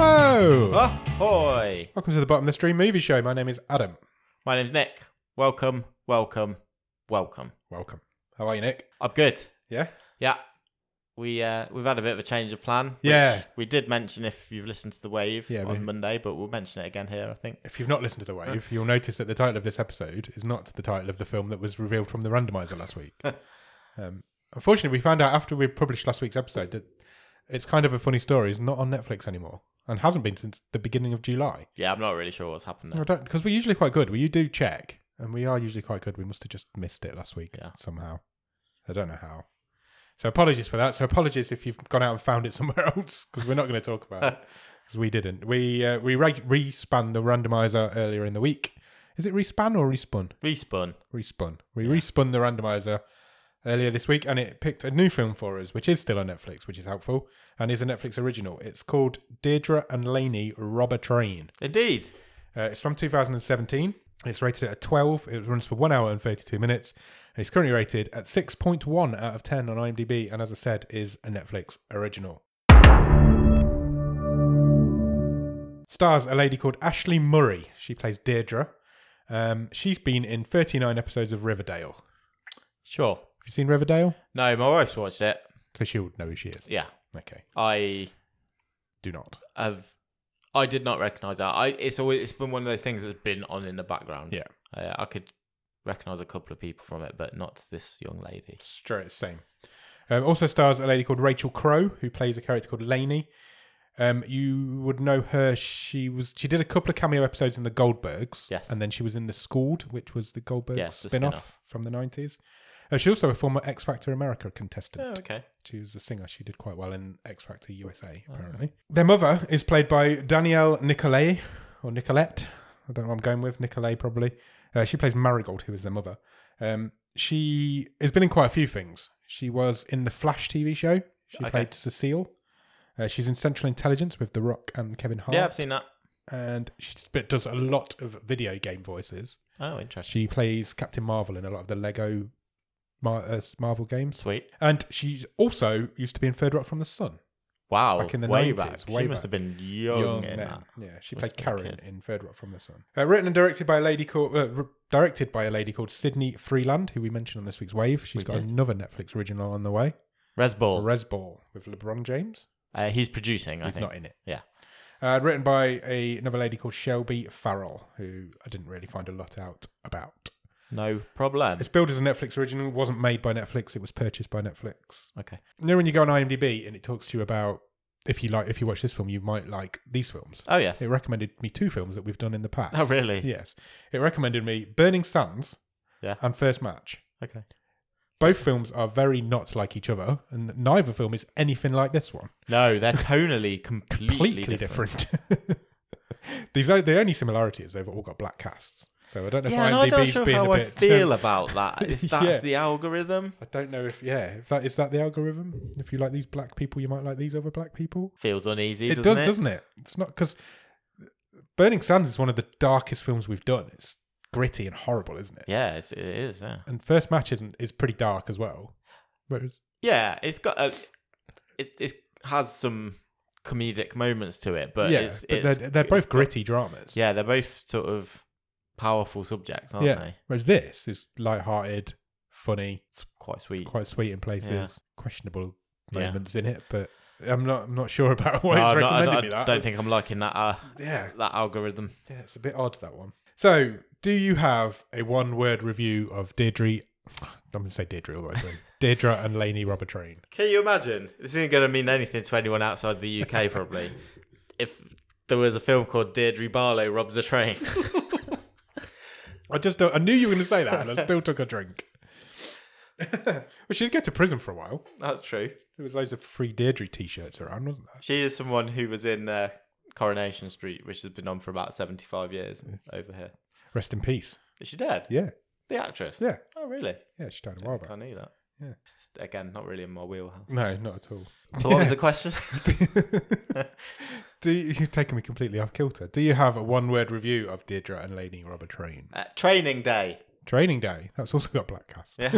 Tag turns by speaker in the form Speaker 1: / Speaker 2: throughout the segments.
Speaker 1: Hello.
Speaker 2: Ahoy!
Speaker 1: Welcome to the Bottom of the Stream movie show. My name is Adam.
Speaker 2: My name's Nick. Welcome, welcome, welcome.
Speaker 1: Welcome. How are you, Nick?
Speaker 2: I'm good.
Speaker 1: Yeah?
Speaker 2: Yeah. We uh we've had a bit of a change of plan. which
Speaker 1: Yeah.
Speaker 2: We did mention if you've listened to the wave
Speaker 1: Yeah,
Speaker 2: on
Speaker 1: we-
Speaker 2: Monday, but we'll mention it again here, I think.
Speaker 1: If you've not listened to The Wave, you'll notice that the title of this episode is not the title of the film that was revealed from the randomizer last week. um, unfortunately, we found out after we published last week's episode that it's kind of a funny story. It's not on Netflix anymore and hasn't been since the beginning of July.
Speaker 2: Yeah, I'm not really sure what's happened there.
Speaker 1: Because we're usually quite good. We do check, and we are usually quite good. We must have just missed it last week
Speaker 2: Yeah.
Speaker 1: somehow. I don't know how. So apologies for that. So apologies if you've gone out and found it somewhere else because we're not going to talk about it because we didn't. We uh, we re- respan the randomizer earlier in the week. Is it respan or respun?
Speaker 2: Respun.
Speaker 1: Respun. We respun the randomizer earlier this week, and it picked a new film for us, which is still on Netflix, which is helpful, and is a Netflix original. It's called Deirdre and Laney Rob a Train.
Speaker 2: Indeed.
Speaker 1: Uh, it's from 2017. It's rated at a 12. It runs for 1 hour and 32 minutes. And it's currently rated at 6.1 out of 10 on IMDb. And as I said, is a Netflix original. Stars a lady called Ashley Murray. She plays Deirdre. Um, she's been in 39 episodes of Riverdale. Have
Speaker 2: Sure.
Speaker 1: you seen Riverdale?
Speaker 2: No, my wife's watched it.
Speaker 1: So she would know who she is.
Speaker 2: Yeah.
Speaker 1: Okay.
Speaker 2: I
Speaker 1: Do not.
Speaker 2: have I did not recognise that. I it's always it's been one of those things that's been on in the background.
Speaker 1: Yeah.
Speaker 2: Uh, I could recognise a couple of people from it, but not this young lady.
Speaker 1: Straight same. Um, also stars a lady called Rachel Crow, who plays a character called Lainey. Um, you would know her. She was she did a couple of cameo episodes in the Goldbergs.
Speaker 2: Yes.
Speaker 1: And then she was in the Schooled, which was the Goldbergs
Speaker 2: Yes, the
Speaker 1: spin-off,
Speaker 2: spin-off.
Speaker 1: from the nineties. Uh, she's also a former X Factor America contestant.
Speaker 2: Oh, okay.
Speaker 1: She was a singer. She did quite well in X Factor
Speaker 2: Oh,
Speaker 1: USA, apparently. Their mother is played by Danielle Nicolet, or Nicolette. I don't know what I'm going with. Nicolet, probably. Uh, she plays Marigold, who is their mother. Um, she has been in quite a few things. She was in the Flash TV show. She
Speaker 2: Okay.
Speaker 1: played Cecile. Uh, she's in Central Intelligence with The Rock and Kevin Hart.
Speaker 2: Yeah, I've seen that.
Speaker 1: And she sp- does a lot of video game voices.
Speaker 2: Oh, interesting.
Speaker 1: She plays Captain Marvel in a lot of the Lego Mar- uh, Marvel games.
Speaker 2: Sweet.
Speaker 1: And she's also used to be in Third Rock from the Sun.
Speaker 2: Wow.
Speaker 1: Back in the
Speaker 2: way
Speaker 1: 90s,
Speaker 2: back.
Speaker 1: way
Speaker 2: she must
Speaker 1: back.
Speaker 2: have been young,
Speaker 1: then.
Speaker 2: in that.
Speaker 1: Yeah, she
Speaker 2: Must
Speaker 1: played
Speaker 2: have been a
Speaker 1: Karen
Speaker 2: kid.
Speaker 1: in Third Rock from the Sun. Uh, written and directed by a lady called uh, r- directed by a lady called Sydney Freeland, who we mentioned on this week's Wave. She's
Speaker 2: We
Speaker 1: got
Speaker 2: did.
Speaker 1: another Netflix original on the way,
Speaker 2: Res Ball.
Speaker 1: Res Ball with LeBron James.
Speaker 2: Uh, he's producing, I
Speaker 1: He's
Speaker 2: think.
Speaker 1: not in it.
Speaker 2: Yeah.
Speaker 1: Uh, written by a, another lady called Shelby Farrell, who I didn't really find a lot out about.
Speaker 2: No problem.
Speaker 1: It's billed as a Netflix original. It wasn't made by Netflix. It was purchased by Netflix.
Speaker 2: Okay.
Speaker 1: You know when you go on IMDb and it talks to you about if you like if you watch this film, you might like these films.
Speaker 2: Oh, yes.
Speaker 1: It recommended me two films that we've done in the past.
Speaker 2: Oh, really?
Speaker 1: Yes, it recommended me Burning Sands,
Speaker 2: Yeah.
Speaker 1: and First Match.
Speaker 2: Okay.
Speaker 1: Both films are very not like each other, and neither film is anything like this one.
Speaker 2: No, they're tonally completely,
Speaker 1: Completely
Speaker 2: different.
Speaker 1: different. These are the only similarity is they've all got black casts. So I don't know
Speaker 2: Yeah,
Speaker 1: if
Speaker 2: no, I'm
Speaker 1: IMDb's
Speaker 2: not sure
Speaker 1: being
Speaker 2: how
Speaker 1: a
Speaker 2: I
Speaker 1: bit. um,
Speaker 2: feel about that. If that's
Speaker 1: Yeah.
Speaker 2: the algorithm,
Speaker 1: I don't know if yeah, if that is that the algorithm. If you like these black people, you might like these other black people.
Speaker 2: feels uneasy,
Speaker 1: it
Speaker 2: doesn't
Speaker 1: does,
Speaker 2: it?
Speaker 1: doesn't it? It's not because Burning Sands is one of the darkest films we've done. It's gritty and horrible, isn't it?
Speaker 2: Yeah, it's, it is. Yeah.
Speaker 1: And First Match isn't is pretty dark as well. Whereas
Speaker 2: Yeah, it's got a. It it has some comedic moments to it, but
Speaker 1: yeah,
Speaker 2: it's,
Speaker 1: but
Speaker 2: it's
Speaker 1: they're, they're
Speaker 2: it's
Speaker 1: both
Speaker 2: got-
Speaker 1: gritty dramas.
Speaker 2: yeah, they're both sort of powerful subjects, aren't
Speaker 1: Yeah.
Speaker 2: they?
Speaker 1: Whereas this is light-hearted, funny,
Speaker 2: It's quite sweet.
Speaker 1: quite sweet in places,
Speaker 2: Yeah.
Speaker 1: questionable
Speaker 2: Yeah.
Speaker 1: moments in it. But I'm not I'm not sure about why
Speaker 2: No,
Speaker 1: it's
Speaker 2: I'm not- I
Speaker 1: recommending
Speaker 2: don't-
Speaker 1: me
Speaker 2: I
Speaker 1: that.
Speaker 2: don't think I'm liking that uh,
Speaker 1: yeah,
Speaker 2: that algorithm.
Speaker 1: yeah, it's a bit odd that one. So, do you have a one-word review of Deirdre? I'm going to say Deirdre all the way through. Deirdre and Laney Robber Train.
Speaker 2: Can you imagine? This isn't going to mean anything to anyone outside the UK, probably. if there was a film called Deirdre Barlow Robs a Train.
Speaker 1: I just don't, I knew you were going to say that, and I still took a drink. well, she did go to prison for a while.
Speaker 2: That's true.
Speaker 1: There was loads of free Deirdre T-shirts around, wasn't there?
Speaker 2: She is someone who was in uh, Coronation Street, which has been on for about 75 years over here.
Speaker 1: Rest in peace.
Speaker 2: Is she dead?
Speaker 1: Yeah,
Speaker 2: The actress?
Speaker 1: yeah,
Speaker 2: Oh, really?
Speaker 1: yeah. She died a while
Speaker 2: I
Speaker 1: back.
Speaker 2: knew that.
Speaker 1: Yeah.
Speaker 2: Just, again, not really in my wheelhouse.
Speaker 1: No, not at all.
Speaker 2: So what was the question?
Speaker 1: do you, you've taken me completely off kilter? Do you have a one-word review of Deirdre and Laney Robber Train?
Speaker 2: uh, training day.
Speaker 1: Training Day. That's also got black cast.
Speaker 2: Yeah.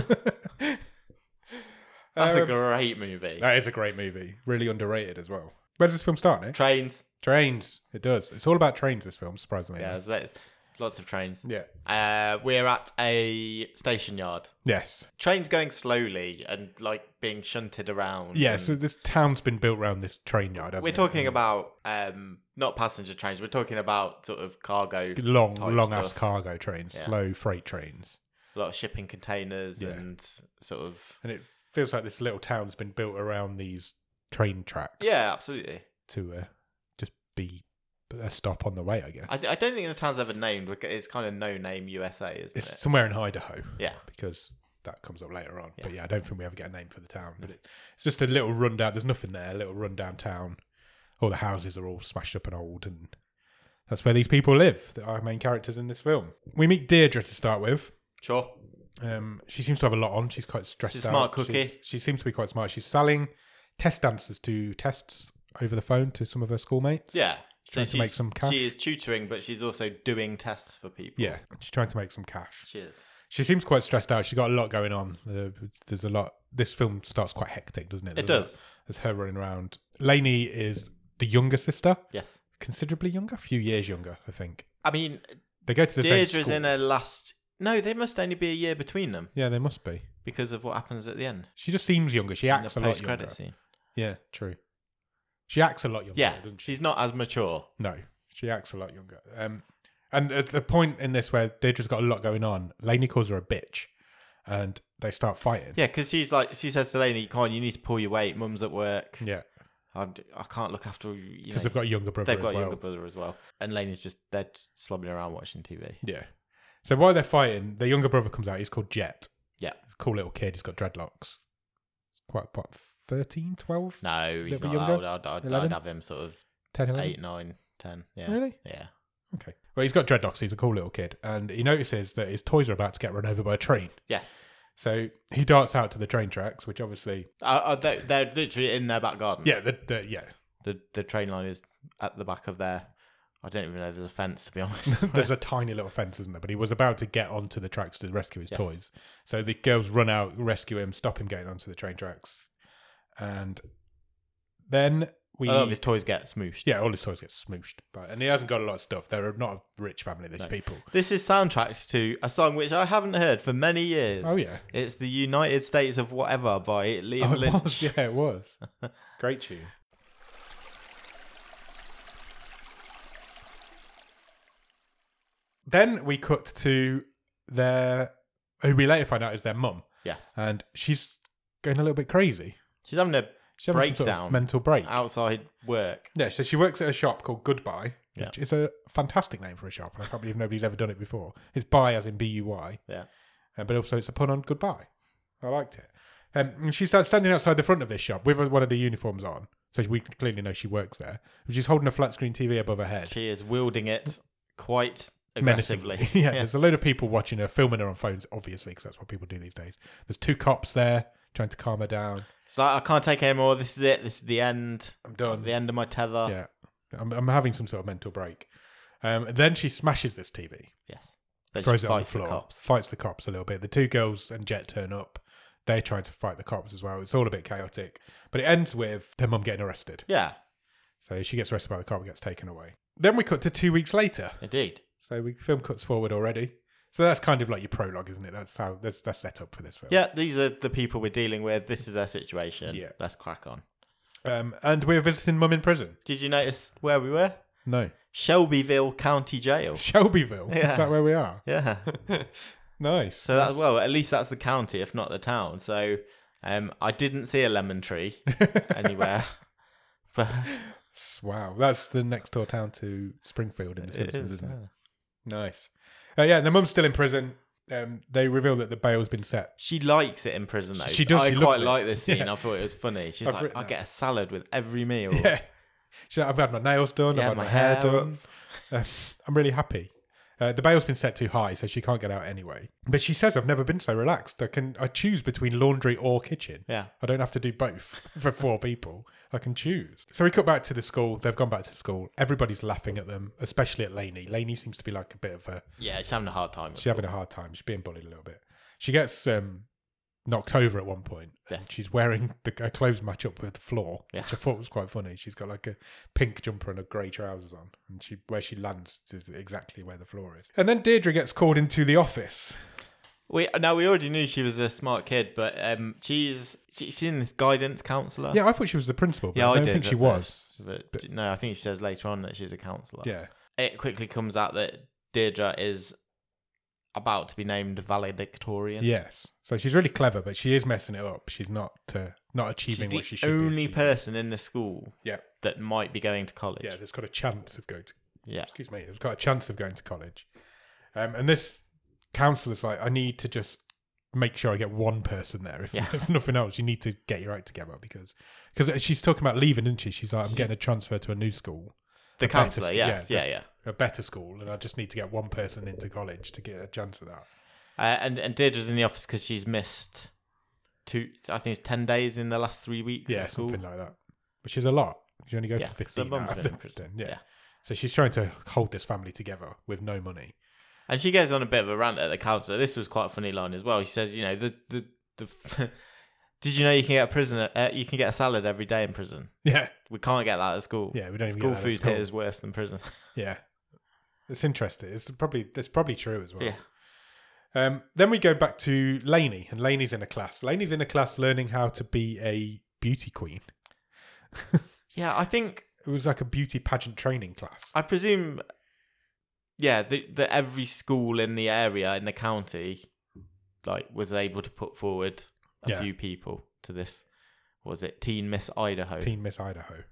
Speaker 2: That's a
Speaker 1: Um,
Speaker 2: great movie.
Speaker 1: That is a great movie. Really underrated as well. Where does this film start, Nick?
Speaker 2: Trains.
Speaker 1: Trains. It does. It's all about trains, this film, surprisingly.
Speaker 2: Yeah, there's- there's lots of trains.
Speaker 1: Yeah.
Speaker 2: Uh, we're at a station yard.
Speaker 1: Yes.
Speaker 2: Trains going slowly and like being shunted around.
Speaker 1: Yeah,
Speaker 2: and-
Speaker 1: so this town's been built around this train yard, hasn't
Speaker 2: Mm. we're
Speaker 1: it?
Speaker 2: talking about um, not passenger trains. We're talking about sort of cargo,
Speaker 1: long,
Speaker 2: type
Speaker 1: long ass
Speaker 2: stuff.
Speaker 1: cargo trains,
Speaker 2: Yeah.
Speaker 1: slow freight trains.
Speaker 2: a lot of shipping containers
Speaker 1: Yeah.
Speaker 2: and sort of.
Speaker 1: And it feels like this little town's been built around these train tracks
Speaker 2: Yeah, absolutely.
Speaker 1: to uh, just be a stop on the way, I guess.
Speaker 2: I, I don't think the town's ever named. but It's kind of no name USA, isn't
Speaker 1: it's
Speaker 2: it?
Speaker 1: somewhere in Idaho.
Speaker 2: Yeah.
Speaker 1: because that comes up later on. But yeah, I don't think we ever get a name for the town. But it, it's just a little rundown. There's nothing there. A little rundown town. All the houses are all smashed up and old, and that's where these people live. That are our main characters in this film. We meet Deirdre to start with.
Speaker 2: Sure.
Speaker 1: Um, she seems to have a lot on. She's quite stressed
Speaker 2: She's a
Speaker 1: out.
Speaker 2: smart cookie.
Speaker 1: She's- she seems to be quite smart. She's selling test answers to tests over the phone to some of her schoolmates.
Speaker 2: Yeah.
Speaker 1: Trying to make
Speaker 2: she's-
Speaker 1: some cash.
Speaker 2: She is tutoring, but she's also doing tests for people.
Speaker 1: Yeah, she's trying to make some cash.
Speaker 2: She is.
Speaker 1: She seems quite stressed out. She's got a lot going on. Uh, there's a lot. This film starts quite hectic, doesn't it?
Speaker 2: It
Speaker 1: There's a-
Speaker 2: does.
Speaker 1: There's her running around. Lainey is the younger sister,
Speaker 2: Yes.
Speaker 1: considerably younger, a few years younger, I think.
Speaker 2: I mean,
Speaker 1: They go to the same
Speaker 2: Deirdre's
Speaker 1: school.
Speaker 2: in her last. No, there must only be a year between them
Speaker 1: yeah, they must be.
Speaker 2: because of what happens at the end.
Speaker 1: She just seems younger. She
Speaker 2: in
Speaker 1: acts a
Speaker 2: the
Speaker 1: lot younger.
Speaker 2: post-credit scene.
Speaker 1: Yeah, true. She acts a lot younger.
Speaker 2: Yeah,
Speaker 1: doesn't she?
Speaker 2: she's not as mature.
Speaker 1: No, she acts a lot younger. Um, and at the point in this where Deirdre's got a lot going on, Lainey calls her a bitch, and they start fighting.
Speaker 2: Yeah, because she's like, she says to Lainey, "Come on, you need to pull your weight. Mum's at work.
Speaker 1: yeah,
Speaker 2: I'm, I can't look after you." you know,
Speaker 1: because they've got a younger brother.
Speaker 2: they've got
Speaker 1: as
Speaker 2: a
Speaker 1: well.
Speaker 2: younger brother as well, and Lainey's just they're just slobbing around watching TV.
Speaker 1: Yeah. So while they're fighting, their younger brother comes out. He's called Jet.
Speaker 2: Yeah.
Speaker 1: Cool little kid. He's got dreadlocks. Quite, what, 13, 12?
Speaker 2: No,
Speaker 1: Little
Speaker 2: he's not
Speaker 1: bit younger?
Speaker 2: old. I'd, I'd, I'd
Speaker 1: 11?
Speaker 2: have him sort of
Speaker 1: 10, 11?
Speaker 2: eight, nine, ten. Yeah,
Speaker 1: Really?
Speaker 2: yeah.
Speaker 1: Okay. Well, he's got dreadlocks. He's a cool little kid. And he notices that his toys are about to get run over by a train.
Speaker 2: Yeah.
Speaker 1: So he darts out to the train tracks, which obviously,
Speaker 2: Uh, uh, they're, they're literally in their back garden.
Speaker 1: yeah, the, the, yeah.
Speaker 2: the the train line is at the back of their. I don't even know if there's a fence to be honest.
Speaker 1: There's a tiny little fence, isn't there? But he was about to get onto the tracks to rescue his
Speaker 2: Yes.
Speaker 1: toys. So the girls run out, rescue him, stop him getting onto the train tracks. And then we.
Speaker 2: A lot of his toys get smooshed.
Speaker 1: Yeah, all his toys get smooshed, but and he hasn't got a lot of stuff. They're not a rich family. These people.
Speaker 2: This is soundtracks to a song which I haven't heard for many years.
Speaker 1: Oh yeah,
Speaker 2: It's the United States of whatever by Liam
Speaker 1: oh, it
Speaker 2: Lynch.
Speaker 1: was. Yeah, it was. Great tune. Then we cut to their who we later find out is their mum,
Speaker 2: Yes.
Speaker 1: and she's going a little bit crazy.
Speaker 2: She's having a
Speaker 1: She's having some sort of
Speaker 2: Breakdown. Uh,
Speaker 1: mental break.
Speaker 2: outside work.
Speaker 1: Yeah, so she works at a shop called Goodbye,
Speaker 2: Yeah.
Speaker 1: which is a fantastic name for a shop, and I can't believe nobody's ever done it before. It's by as in B U Y.
Speaker 2: Yeah.
Speaker 1: Uh, but also it's a pun on goodbye. I liked it. Um, and she starts standing outside the front of this shop with one of the uniforms on, so we clearly know she works there. She's holding a flat screen TV above her head,
Speaker 2: She is wielding it quite
Speaker 1: menacingly.
Speaker 2: aggressively.
Speaker 1: yeah, there's a load of people watching her, filming her on phones, obviously, because that's what people do these days. There's two cops there trying to calm her down.
Speaker 2: So I can't take any more. This is it. This is the end.
Speaker 1: I'm done.
Speaker 2: The end of my tether.
Speaker 1: Yeah, I'm, I'm having some sort of mental break. Um, then she smashes this TV.
Speaker 2: Yes. Then
Speaker 1: throws
Speaker 2: she
Speaker 1: it on the
Speaker 2: fights the
Speaker 1: floor,
Speaker 2: cops.
Speaker 1: fights the cops a little bit. The two girls and Jet turn up. They're trying to fight the cops as well. It's all a bit chaotic, but it ends with their mum getting arrested.
Speaker 2: Yeah,
Speaker 1: So she gets arrested by the cop and gets taken away. Then we cut to two weeks later.
Speaker 2: indeed.
Speaker 1: So we film cuts forward already. So that's kind of like your prologue, isn't it? That's how that's that's set up for this film.
Speaker 2: Yeah, these are the people we're dealing with. This is their situation.
Speaker 1: Yeah.
Speaker 2: Let's crack on.
Speaker 1: Um, and we're visiting mum in prison.
Speaker 2: Did you notice where we were?
Speaker 1: No,
Speaker 2: Shelbyville County Jail.
Speaker 1: Shelbyville.
Speaker 2: Yeah.
Speaker 1: Is that where we are?
Speaker 2: Yeah.
Speaker 1: Nice.
Speaker 2: So that well, at least that's the county, if not the town. So um, I didn't see a lemon tree anywhere. but
Speaker 1: wow, that's the next door town to Springfield in The
Speaker 2: it
Speaker 1: Simpsons,
Speaker 2: is,
Speaker 1: isn't it?
Speaker 2: yeah.
Speaker 1: Nice. Uh, yeah, and the mum's still in prison. Um, they reveal that the bail's been set.
Speaker 2: She likes it in prison though.
Speaker 1: She does,
Speaker 2: I
Speaker 1: she
Speaker 2: quite
Speaker 1: loves it.
Speaker 2: like this scene.
Speaker 1: Yeah.
Speaker 2: I thought it was funny. She's
Speaker 1: I've
Speaker 2: like,
Speaker 1: written
Speaker 2: I
Speaker 1: that.
Speaker 2: get a salad with every meal.
Speaker 1: Yeah. She's like, I've had my nails done.
Speaker 2: Yeah,
Speaker 1: I've had
Speaker 2: my
Speaker 1: my, hair,
Speaker 2: hair
Speaker 1: done. Um, I'm really happy. Uh, the bail's been set too high, so she can't get out anyway. But she says, "I've never been so relaxed. I can I choose between laundry or kitchen.
Speaker 2: Yeah.
Speaker 1: I don't have to do both for four people. I can choose." So we cut back to the school. They've gone back to school. Everybody's laughing at them, especially at Lainey. Lainey seems to be like a bit of a
Speaker 2: Yeah, she's having a hard time.
Speaker 1: She's having a hard time. She's being bullied a little bit. She gets um, knocked over at one point. and
Speaker 2: Yes.
Speaker 1: She's wearing the, a clothes match up with the floor,
Speaker 2: Yeah.
Speaker 1: which I thought was quite funny. She's got like a pink jumper and a grey trousers on, and she where she lands is exactly where the floor is. And then Deirdre gets called into the office.
Speaker 2: We now we already knew she was a smart kid, but um, she's she, she's in this guidance counselor.
Speaker 1: Yeah, I thought she was the principal, but
Speaker 2: yeah,
Speaker 1: I
Speaker 2: I,
Speaker 1: don't
Speaker 2: did
Speaker 1: think
Speaker 2: at
Speaker 1: she was.
Speaker 2: first, but- no, I think she says later on that she's a counselor.
Speaker 1: Yeah,
Speaker 2: It quickly comes out that Deirdre is about to be named valedictorian.
Speaker 1: yes. So she's really clever, but she is messing it up. She's not uh, not
Speaker 2: she's
Speaker 1: achieving
Speaker 2: the
Speaker 1: what she should be.
Speaker 2: only
Speaker 1: achieving.
Speaker 2: person in the school
Speaker 1: Yeah,
Speaker 2: that might be going to college.
Speaker 1: yeah. There's got a chance of going to
Speaker 2: yeah.
Speaker 1: excuse me, it's got a chance of going to college. Um, and this counselor's like, I need to just make sure I get one person there. If,
Speaker 2: Yeah.
Speaker 1: if nothing else, you need to get your act together because because she's talking about leaving, isn't she? She's like, I'm getting a transfer to a new school,
Speaker 2: The
Speaker 1: better
Speaker 2: counselor.
Speaker 1: school,
Speaker 2: Yes.
Speaker 1: yeah,
Speaker 2: Yeah. Yeah.
Speaker 1: a better school, and I just need to get one person into college to get a chance of that.
Speaker 2: Uh, and and Deirdre's in the office because she's missed two. I think it's ten days in the last three weeks.
Speaker 1: Yeah,
Speaker 2: of school.
Speaker 1: something like that. Which is a lot. You only go
Speaker 2: Yeah,
Speaker 1: for
Speaker 2: 'cause the
Speaker 1: 15
Speaker 2: mum's
Speaker 1: out of
Speaker 2: been in
Speaker 1: the
Speaker 2: prison,
Speaker 1: Yeah.
Speaker 2: yeah.
Speaker 1: So she's trying to hold this family together with no money.
Speaker 2: And she goes on a bit of a rant at the counselor. This was quite a funny line as well. She says, you know, the the the. Did you know you can get a prisoner? Uh, you can get a salad every day in prison.
Speaker 1: Yeah,
Speaker 2: We can't get that at school.
Speaker 1: yeah, we don't even
Speaker 2: school
Speaker 1: get that at
Speaker 2: food
Speaker 1: school.
Speaker 2: here is worse than prison.
Speaker 1: Yeah, it's interesting. It's probably that's probably true as well.
Speaker 2: Yeah.
Speaker 1: Um, then we go back to Laney, and Laney's in a class. Laney's in a class learning how to be a beauty queen.
Speaker 2: Yeah, I think
Speaker 1: It was like a beauty pageant training class.
Speaker 2: I presume. Yeah, that that every school in the area in the county, like, was able to put forward a
Speaker 1: Yeah.
Speaker 2: few people to this. What was it Teen Miss Idaho?
Speaker 1: Teen Miss Idaho.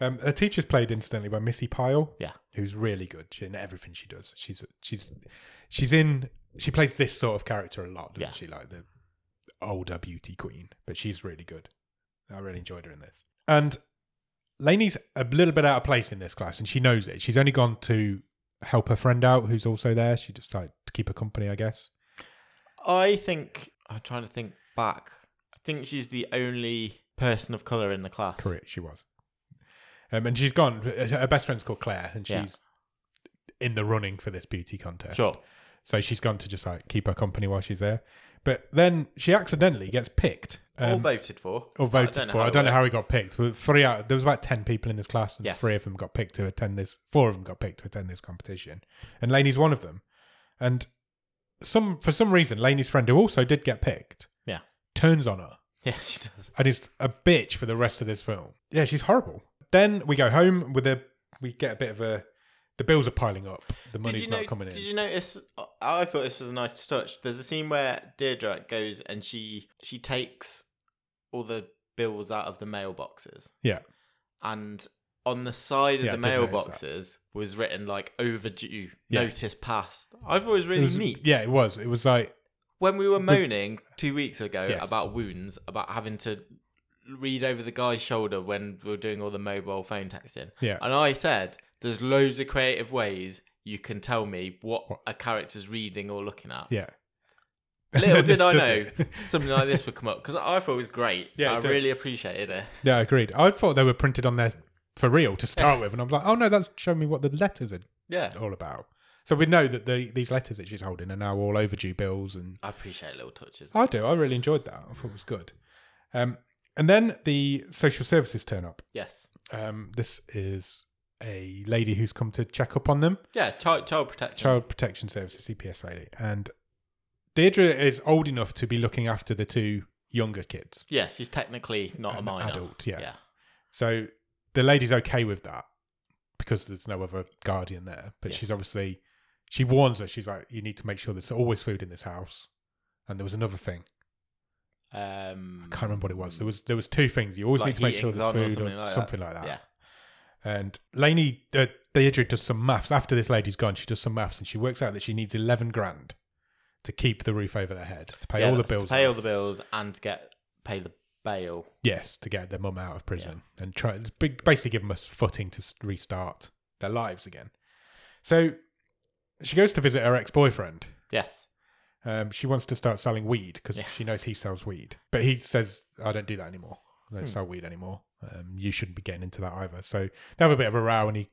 Speaker 1: Um, her teacher's played incidentally by Missy Pyle.
Speaker 2: Yeah.
Speaker 1: who's really good in everything she does. She's she's she's in she plays this sort of character a lot, doesn't
Speaker 2: Yeah.
Speaker 1: she? Like the older beauty queen, but she's really good. I really enjoyed her in this. And Lainey's a little bit out of place in this class, and she knows it. She's only gone to help her friend out, who's also there. She just like to keep her company, I guess.
Speaker 2: I think I'm trying to think back. I think she's the only person of color in the class.
Speaker 1: Correct, she was. Um, and she's gone. Her best friend's called Claire, and
Speaker 2: Yeah.
Speaker 1: she's in the running for this beauty contest.
Speaker 2: Sure.
Speaker 1: So she's gone to just like keep her company while she's there. But then she accidentally gets picked
Speaker 2: All
Speaker 1: um,
Speaker 2: voted for.
Speaker 1: or voted for. I don't know how he got picked. But three out there was about ten people in this class, and
Speaker 2: Yes.
Speaker 1: three of them got picked to attend this. Four of them got picked to attend this competition, and Laney's one of them. And some for some reason, Laney's friend who also did get picked,
Speaker 2: Yeah.
Speaker 1: turns on her
Speaker 2: Yeah, she does.
Speaker 1: and is a bitch for the rest of this film. Yeah, she's horrible. Then we go home with a we get a bit of a the bills are piling up. The money's
Speaker 2: did you
Speaker 1: not
Speaker 2: know,
Speaker 1: coming in.
Speaker 2: Did you notice? I I thought this was a nice touch. There's a scene where Deirdre goes and she she takes all the bills out of the mailboxes,
Speaker 1: yeah.
Speaker 2: and on the side of
Speaker 1: Yeah, I
Speaker 2: the
Speaker 1: did notice
Speaker 2: mailboxes was written like overdue,
Speaker 1: Yeah.
Speaker 2: notice passed. I thought it was
Speaker 1: It
Speaker 2: really
Speaker 1: was-
Speaker 2: neat.
Speaker 1: Yeah, it was. It was like
Speaker 2: when we were moaning two weeks ago
Speaker 1: Yes.
Speaker 2: about wounds, about having to read over the guy's shoulder when we were doing all the mobile phone texting.
Speaker 1: Yeah.
Speaker 2: And I said, there's loads of creative ways you can tell me what,
Speaker 1: What?
Speaker 2: a character's reading or looking at.
Speaker 1: yeah.
Speaker 2: Little
Speaker 1: Then
Speaker 2: did
Speaker 1: this
Speaker 2: I
Speaker 1: does
Speaker 2: know
Speaker 1: it.
Speaker 2: something like this would come up because I thought it was great.
Speaker 1: Yeah,
Speaker 2: I
Speaker 1: it does.
Speaker 2: really appreciated it.
Speaker 1: Yeah, agreed. I thought they were printed on there for real to start with, and I'm like, oh no, that's showing me what the letters are
Speaker 2: Yeah.
Speaker 1: all about. So we know that the, these letters that she's holding are now all overdue bills, and
Speaker 2: I appreciate little touches.
Speaker 1: I do. I really enjoyed that. I thought it was good. Um, and then the social services turn up.
Speaker 2: Yes.
Speaker 1: Um, this is a lady who's come to check up on them,
Speaker 2: Yeah, child, child protection.
Speaker 1: child protection services CPS lady, and Deirdre is old enough to be looking after the two younger kids.
Speaker 2: Yes, he's technically not a
Speaker 1: An
Speaker 2: minor.
Speaker 1: adult, yeah.
Speaker 2: Yeah.
Speaker 1: So the lady's okay with that because there's no other guardian there. But she's
Speaker 2: Yes.
Speaker 1: obviously she warns her. She's like, "You need to make sure there's always food in this house." And there was another thing.
Speaker 2: Um,
Speaker 1: I can't remember what it was. There was there was two things. You always
Speaker 2: Hmm. Like
Speaker 1: need to make sure
Speaker 2: heating's on
Speaker 1: there's
Speaker 2: or
Speaker 1: food or
Speaker 2: something
Speaker 1: something
Speaker 2: like
Speaker 1: like
Speaker 2: that.
Speaker 1: that.
Speaker 2: Yeah.
Speaker 1: And Lainey, uh, Deirdre does some maths. After this lady's gone, she does some maths and she works out that she needs eleven grand to keep the roof over their head, to pay
Speaker 2: Yeah,
Speaker 1: all the
Speaker 2: that's to
Speaker 1: bills,
Speaker 2: Pay all
Speaker 1: off.
Speaker 2: the bills and to get pay the bail.
Speaker 1: Yes, to get their mum out of prison and try big- basically give them a footing to s- restart their lives again. So she goes to visit her ex boyfriend.
Speaker 2: Yes.
Speaker 1: Um, she wants to start selling weed because
Speaker 2: Yeah.
Speaker 1: she knows he sells weed, but he says, "I don't do that anymore. I
Speaker 2: Hmm.
Speaker 1: don't sell weed anymore. Um, you shouldn't be getting into that either." So they have a bit of a row, and he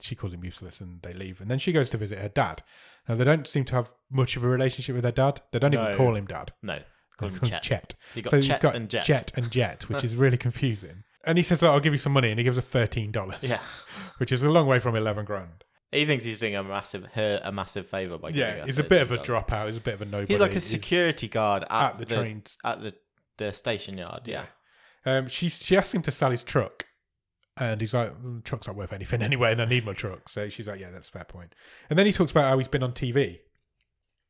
Speaker 1: she calls him useless, and they leave. And then she goes to visit her dad. Now they don't seem to have much of a relationship with their dad. They don't
Speaker 2: No.
Speaker 1: even call him dad.
Speaker 2: No. Call him Chet.
Speaker 1: Chet.
Speaker 2: So you got
Speaker 1: so
Speaker 2: Chet
Speaker 1: you've got
Speaker 2: and Jet.
Speaker 1: Jet and Jet, which is really confusing. And he says, "Look, I'll give you some money," and he gives her thirteen dollars.
Speaker 2: Yeah.
Speaker 1: which is a long way from eleven grand.
Speaker 2: He thinks he's doing a massive her a massive favor by giving
Speaker 1: Yeah,
Speaker 2: her
Speaker 1: he's a bit of a
Speaker 2: $13.
Speaker 1: dropout. He's a bit of a nobody.
Speaker 2: He's like a security guard at,
Speaker 1: at the, train.
Speaker 2: at the the station yard. Yeah.
Speaker 1: Um, she she asks him to sell his truck, and he's like, "Mm, "Truck's not worth anything anyway, and I need my truck." So she's like, "Yeah, that's a fair point." And then he talks about how he's been on TV,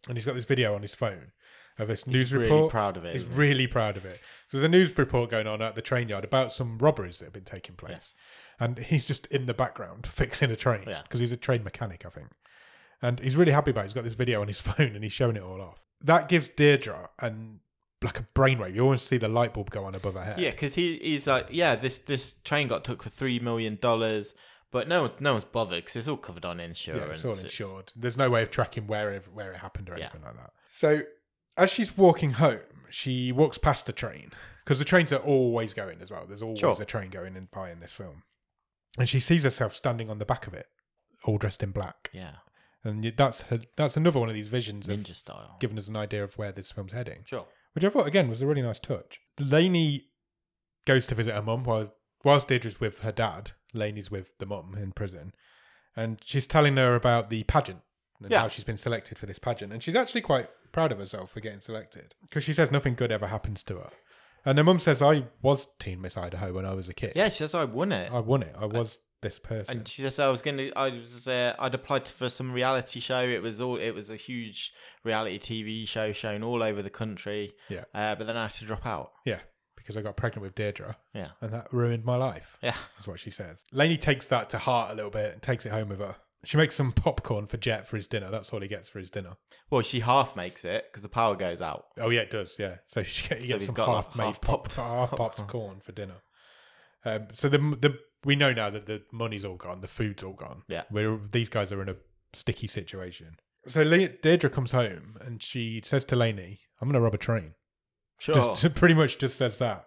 Speaker 1: and he's got this video on his phone of this news
Speaker 2: he's really
Speaker 1: report.
Speaker 2: proud of it.
Speaker 1: He's
Speaker 2: isn't he?
Speaker 1: really proud of it. So there's a news report going on at the train yard about some robberies that have been taking place.
Speaker 2: Yes.
Speaker 1: And he's just in the background fixing a train
Speaker 2: Yeah.
Speaker 1: because he's a train mechanic, I think. And he's really happy about it. He's got this video on his phone and he's showing it all off. That gives Deirdre and like a brainwave. You always see the light bulb go on above her head.
Speaker 2: Yeah, because he, he's like, yeah, this this train got took for three million dollars, but no no one's bothered because it's all covered on
Speaker 1: Yeah,
Speaker 2: insurance.
Speaker 1: it's all insured. There's no way of tracking where it, where it happened or
Speaker 2: Yeah.
Speaker 1: anything like that. So as she's walking home, she walks past the train because the trains are always going as well. There's always
Speaker 2: Sure.
Speaker 1: a train going in by in this film, and she sees herself standing on the back of it, all dressed in black.
Speaker 2: yeah,
Speaker 1: And y- that's her, that's another one of these visions of
Speaker 2: ninja style.
Speaker 1: giving us an idea of where this film's heading,
Speaker 2: Sure.
Speaker 1: which I thought again was a really nice touch. Lainey goes to visit her mum while whilst Deirdre's with her dad. Lainey's with the mum in prison, and she's telling her about the pageant and
Speaker 2: Yeah.
Speaker 1: how she's been selected for this pageant. And she's actually quite proud of herself for getting selected because she says nothing good ever happens to her. And her mum says, "I was Teen Miss Idaho when I was a kid.
Speaker 2: Yeah, she says I won it,
Speaker 1: I won it. I was this person."
Speaker 2: and she says I was gonna, I was, uh, I'd applied for some reality show. It was all, it was a huge reality TV show shown all over the country.
Speaker 1: Yeah.
Speaker 2: uh, but then I had to drop out.
Speaker 1: yeah, because I got pregnant with Deirdre,
Speaker 2: Yeah,
Speaker 1: and that ruined my life.
Speaker 2: yeah,
Speaker 1: That's what she says. Lainey takes that to heart a little bit and takes it home with her. She makes some popcorn for Jet for his dinner. That's all he gets for his dinner.
Speaker 2: Well, she half makes it because the power goes out.
Speaker 1: Oh yeah, it does. Yeah, so she get, he gets
Speaker 2: he's
Speaker 1: some
Speaker 2: got
Speaker 1: half, made
Speaker 2: half
Speaker 1: popped
Speaker 2: popped
Speaker 1: half popped corn for dinner. Um, so the the we know now that the money's all gone, the food's all gone.
Speaker 2: Yeah.
Speaker 1: we're these guys are in a sticky situation. So Le- Deirdre comes home and she says to Lainey, "I'm going to rob a train."
Speaker 2: Sure.
Speaker 1: Just, pretty much just says that.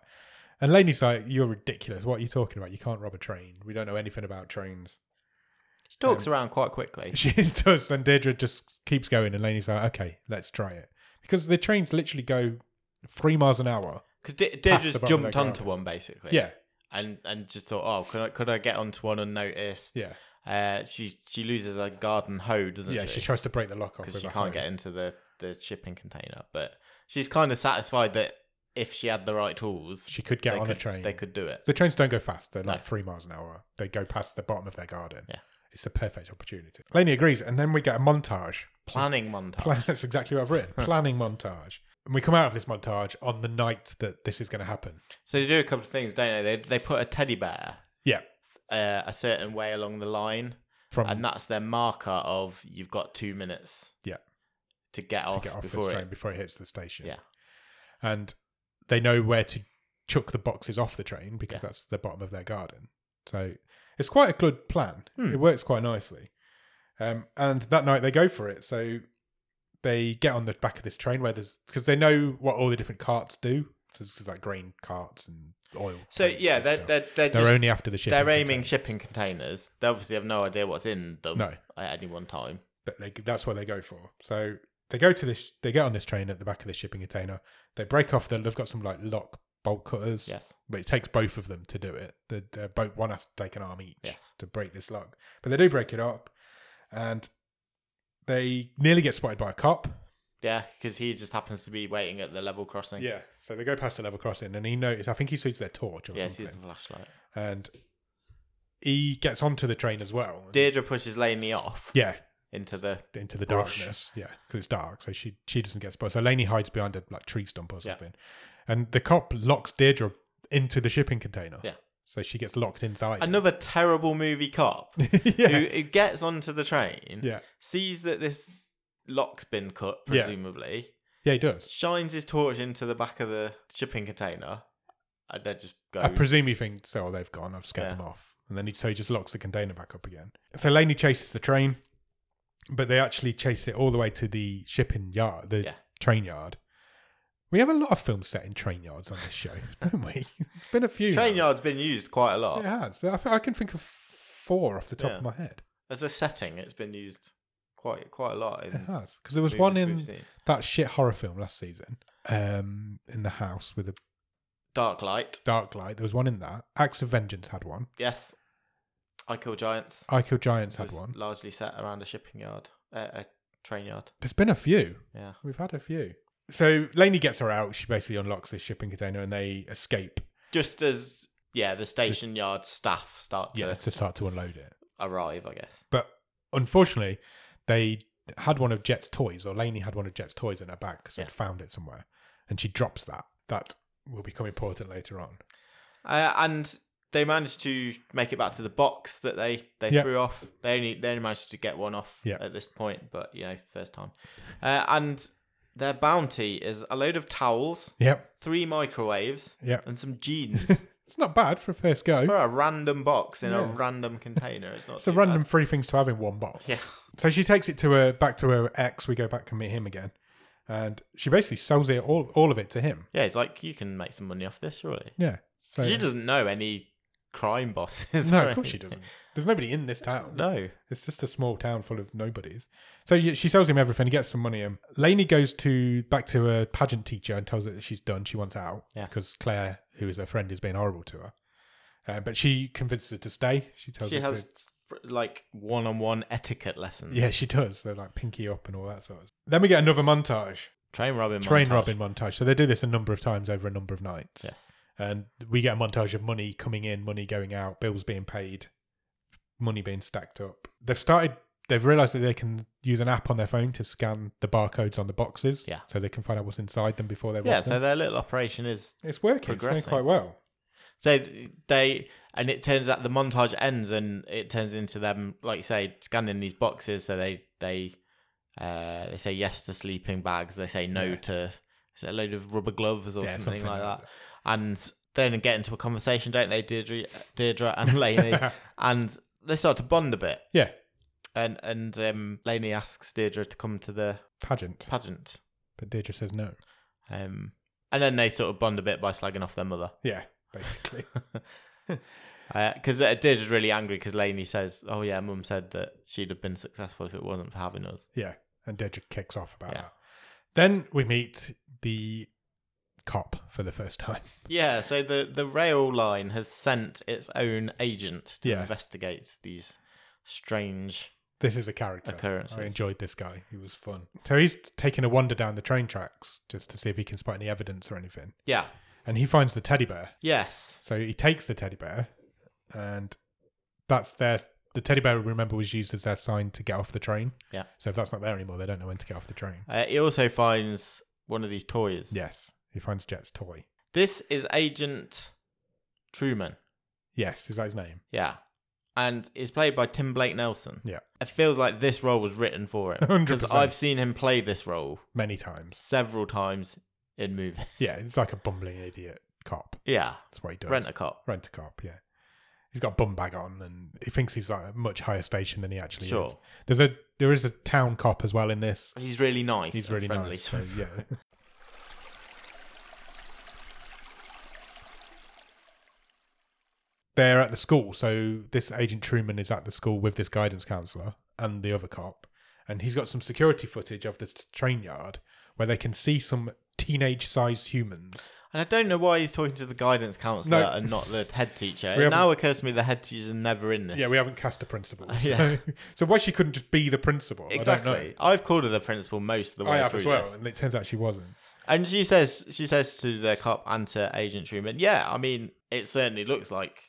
Speaker 1: And Lainey's like, "You're ridiculous. What are you talking about? You can't rob a train. We don't know anything about trains." Um,
Speaker 2: she talks around quite quickly.
Speaker 1: She does, and Deirdre just keeps going, and Lainey's like, "Okay, let's try it," because the trains literally go three miles an hour.
Speaker 2: Because D- Deirdre
Speaker 1: the
Speaker 2: just
Speaker 1: bottom of
Speaker 2: jumped
Speaker 1: their
Speaker 2: onto
Speaker 1: garden.
Speaker 2: one basically.
Speaker 1: Yeah,
Speaker 2: and and just thought, oh, could I could I get onto one unnoticed?
Speaker 1: yeah,
Speaker 2: Uh, she she loses a garden hoe, doesn't
Speaker 1: yeah.
Speaker 2: she?
Speaker 1: She tries to break the lock off
Speaker 2: because
Speaker 1: with
Speaker 2: she
Speaker 1: her hand.
Speaker 2: can't get into the the shipping container. But she's kind of satisfied that if she had the right tools,
Speaker 1: She could get
Speaker 2: they
Speaker 1: on
Speaker 2: could,
Speaker 1: a train.
Speaker 2: They could do it.
Speaker 1: The trains don't go fast; they're like
Speaker 2: No.
Speaker 1: three miles an hour. They go past the bottom of their garden.
Speaker 2: Yeah.
Speaker 1: it's a perfect opportunity. Lainey agrees, and then we get a montage.
Speaker 2: Planning montage.
Speaker 1: Plan- that's exactly what I've written. Planning montage, and we come out of this montage on the night that this is going to happen.
Speaker 2: so they do a couple of things, don't they? They they put a teddy bear
Speaker 1: Yeah,
Speaker 2: uh, a certain way along the line,
Speaker 1: from
Speaker 2: and that's their marker of you've got two minutes.
Speaker 1: Yeah.
Speaker 2: To get
Speaker 1: to
Speaker 2: off
Speaker 1: get off this
Speaker 2: before
Speaker 1: train
Speaker 2: it.
Speaker 1: before it hits the station.
Speaker 2: Yeah.
Speaker 1: And they know where to chuck the boxes off the train because that's the bottom of their garden. So it's quite a good plan.
Speaker 2: Hmm.
Speaker 1: It works quite nicely. Um, and that night they go for it. So they get on the back of this train where there's because they know what all the different carts do. So it's like grain carts and oil.
Speaker 2: So
Speaker 1: tanks
Speaker 2: yeah,
Speaker 1: and
Speaker 2: they're
Speaker 1: stuff.
Speaker 2: they're, they're
Speaker 1: They're
Speaker 2: just
Speaker 1: only after the shipping.
Speaker 2: they're aiming
Speaker 1: containers.
Speaker 2: shipping containers. They obviously have no idea what's in them
Speaker 1: No.
Speaker 2: at any one time.
Speaker 1: but they, that's what they go for. So they go to this, they get on this train at the back of the shipping container. They break off. The, they've got some like lock bolt cutters,
Speaker 2: Yes.
Speaker 1: but it takes both of them to do it. The, the both one has to take an arm each
Speaker 2: Yes.
Speaker 1: to break this lock, but they do break it up, and they nearly get spotted by a cop.
Speaker 2: Yeah, because he just happens to be waiting at the level crossing.
Speaker 1: Yeah, so they go past the level crossing, and he notices. I think he sees their torch or
Speaker 2: Yeah,
Speaker 1: something,
Speaker 2: sees the flashlight.
Speaker 1: and he gets onto the train as well.
Speaker 2: Deirdre pushes Laney off
Speaker 1: yeah,
Speaker 2: into the
Speaker 1: into the
Speaker 2: Bush.
Speaker 1: darkness. Yeah, because it's dark, so she she doesn't get spotted. So Laney hides behind a like tree stump or
Speaker 2: Yeah.
Speaker 1: something, and the cop locks Deirdre into the shipping container.
Speaker 2: Yeah.
Speaker 1: so she gets locked inside.
Speaker 2: another terrible movie cop who,
Speaker 1: yeah,
Speaker 2: who gets onto the train,
Speaker 1: yeah,
Speaker 2: sees that this lock's been cut,
Speaker 1: Yeah.
Speaker 2: presumably,
Speaker 1: yeah. He does.
Speaker 2: shines his torch into the back of the shipping container, and then just goes.
Speaker 1: I presume he thinks, "Oh, they've gone. I've scared
Speaker 2: Yeah.
Speaker 1: them off." And then he so he just locks the container back up again. So Laney chases the train, but they actually chase it all the way to the shipping yard, the
Speaker 2: Yeah.
Speaker 1: train yard. We have a lot of films set in train yards on this show, don't we? It's been a few.
Speaker 2: train
Speaker 1: now.
Speaker 2: yard's been used quite a lot
Speaker 1: It has. I, th- I can think of four off the top
Speaker 2: Yeah.
Speaker 1: of my head.
Speaker 2: as a setting. It's been used quite quite a lot. In
Speaker 1: It has because there was
Speaker 2: movies
Speaker 1: one
Speaker 2: we've
Speaker 1: in
Speaker 2: seen.
Speaker 1: that shit horror film last season, um, in the house with a
Speaker 2: Dark Light.
Speaker 1: dark light. There was one in that. Acts of Vengeance had one.
Speaker 2: Yes, I Kill Giants.
Speaker 1: I Kill Giants had
Speaker 2: was
Speaker 1: one.
Speaker 2: largely set around a shipping yard, uh, a train yard.
Speaker 1: There's been a few.
Speaker 2: Yeah.
Speaker 1: We've had a few. So Lainey gets her out. She basically unlocks this shipping container and they escape.
Speaker 2: Just as yeah, the station yard staff start to
Speaker 1: Yeah, to start to unload it.
Speaker 2: arrive. I guess.
Speaker 1: But unfortunately, they had one of Jet's toys, or Lainey had one of Jet's toys in her bag because
Speaker 2: Yeah.
Speaker 1: they'd found it somewhere. And she drops that. That will become important later on.
Speaker 2: Uh, and they managed to make it back to the box that they, they
Speaker 1: Yeah.
Speaker 2: threw off. They only they only managed to get one off
Speaker 1: Yeah.
Speaker 2: at this point, but you know, first time. Uh, and their bounty is a load of towels,
Speaker 1: Yep.
Speaker 2: three microwaves,
Speaker 1: Yeah.
Speaker 2: and some jeans
Speaker 1: It's not bad for a first go.
Speaker 2: for a random box in a
Speaker 1: Yeah.
Speaker 2: random container. It's not
Speaker 1: It's a
Speaker 2: too
Speaker 1: random three things to have in one box.
Speaker 2: bad. Yeah,
Speaker 1: So she takes it to her back to her ex. We go back and meet him again, and she basically sells it all all of it to him.
Speaker 2: yeah. It's like you can make some money off this, surely.
Speaker 1: Yeah. So
Speaker 2: She doesn't know any crime bosses.
Speaker 1: no,
Speaker 2: or
Speaker 1: of course she
Speaker 2: anything.
Speaker 1: doesn't. There's nobody in this town.
Speaker 2: No.
Speaker 1: It's just a small town full of nobodies. So yeah, she sells him everything. He gets some money. And Lainey goes to back to her pageant teacher and tells her that she's done. She wants out
Speaker 2: Yeah.
Speaker 1: because Claire, who is her friend, is being horrible to her. Uh, but she convinces her to stay. She tells
Speaker 2: She
Speaker 1: her
Speaker 2: has
Speaker 1: to,
Speaker 2: like one-on-one etiquette lessons.
Speaker 1: yeah, she does. They're like pinky up and all that sort of. Then we get another montage,
Speaker 2: train robbing.
Speaker 1: train
Speaker 2: montage.
Speaker 1: robbing montage. So they do this a number of times over a number of nights.
Speaker 2: Yes.
Speaker 1: and we get a montage of money coming in, money going out, bills being paid, money being stacked up. They've started. They've realised that they can use an app on their phone to scan the barcodes on the boxes,
Speaker 2: Yeah.
Speaker 1: so they can find out what's inside them before they. rob
Speaker 2: Yeah,
Speaker 1: them.
Speaker 2: so their little operation is
Speaker 1: it's working. It's going
Speaker 2: progressing.
Speaker 1: quite well.
Speaker 2: so they and it turns out the montage ends and it turns into them like you say scanning these boxes. So they they uh, they say yes to sleeping bags. They say no
Speaker 1: Yeah.
Speaker 2: to is it a load of rubber gloves or
Speaker 1: Yeah,
Speaker 2: something,
Speaker 1: something
Speaker 2: like
Speaker 1: like
Speaker 2: that. And then get into a conversation, don't they, Deirdre, Deirdre and Lainey, and they start to bond a bit.
Speaker 1: Yeah,
Speaker 2: And and um, Lainey asks Deirdre to come to the
Speaker 1: pageant.
Speaker 2: pageant.
Speaker 1: But Deirdre says no.
Speaker 2: Um, and then they sort of bond a bit by slagging off their mother.
Speaker 1: Yeah, basically.
Speaker 2: because uh, Deirdre's really angry because Lainey says, "Oh yeah, Mum said that she'd have been successful if it wasn't for having us."
Speaker 1: yeah, and Deirdre kicks off about
Speaker 2: Yeah.
Speaker 1: that. Then we meet the cop for the first time.
Speaker 2: Yeah, so the the rail line has sent its own agent to
Speaker 1: Yeah.
Speaker 2: investigate these strange.
Speaker 1: This is a character.
Speaker 2: Occurrences.
Speaker 1: I enjoyed this guy. He was fun. So he's taking a wander down the train tracks just to see if he can spot any evidence or anything.
Speaker 2: Yeah.
Speaker 1: And he finds the teddy bear.
Speaker 2: Yes.
Speaker 1: So he takes the teddy bear and that's their the teddy bear remember was used as their sign to get off the train.
Speaker 2: Yeah.
Speaker 1: So if that's not there anymore, they don't know when to get off the train.
Speaker 2: Uh, he also finds one of these toys.
Speaker 1: Yes. He finds Jet's toy.
Speaker 2: This is Agent Truman.
Speaker 1: Yes, is that his name?
Speaker 2: Yeah. And is played by Tim Blake Nelson.
Speaker 1: Yeah.
Speaker 2: It feels like this role was written for him
Speaker 1: 100%.
Speaker 2: I've seen him play this role
Speaker 1: Many times.
Speaker 2: several times in movies.
Speaker 1: Yeah, it's like a bumbling idiot cop.
Speaker 2: Yeah.
Speaker 1: That's what he does.
Speaker 2: Rent a cop.
Speaker 1: Rent a cop, yeah. He's got a bum bag on, and he thinks he's like a much higher station than he actually is.
Speaker 2: Sure.
Speaker 1: There's a there is a town cop as well in this.
Speaker 2: He's really nice.
Speaker 1: He's
Speaker 2: and
Speaker 1: really
Speaker 2: friendly.
Speaker 1: nice. So, yeah, they're at the school. So this agent Truman is at the school with this guidance counselor and the other cop, and he's got some security footage of this train yard where they can see some teenage-sized humans.
Speaker 2: And I don't know why he's talking to the guidance counselor
Speaker 1: No.
Speaker 2: and not the head teacher.
Speaker 1: we
Speaker 2: it now occurs to me the head teacher's never in this.
Speaker 1: Yeah, we haven't cast a principal.
Speaker 2: Yeah.
Speaker 1: So, so why she couldn't just be the principal? I don't know.
Speaker 2: Exactly. I've called her the principal most of the way
Speaker 1: I have
Speaker 2: through
Speaker 1: as well,
Speaker 2: this.
Speaker 1: and it turns out she wasn't.
Speaker 2: And she says she says to the cop and to Agent Truman, Yeah, I mean, it certainly looks like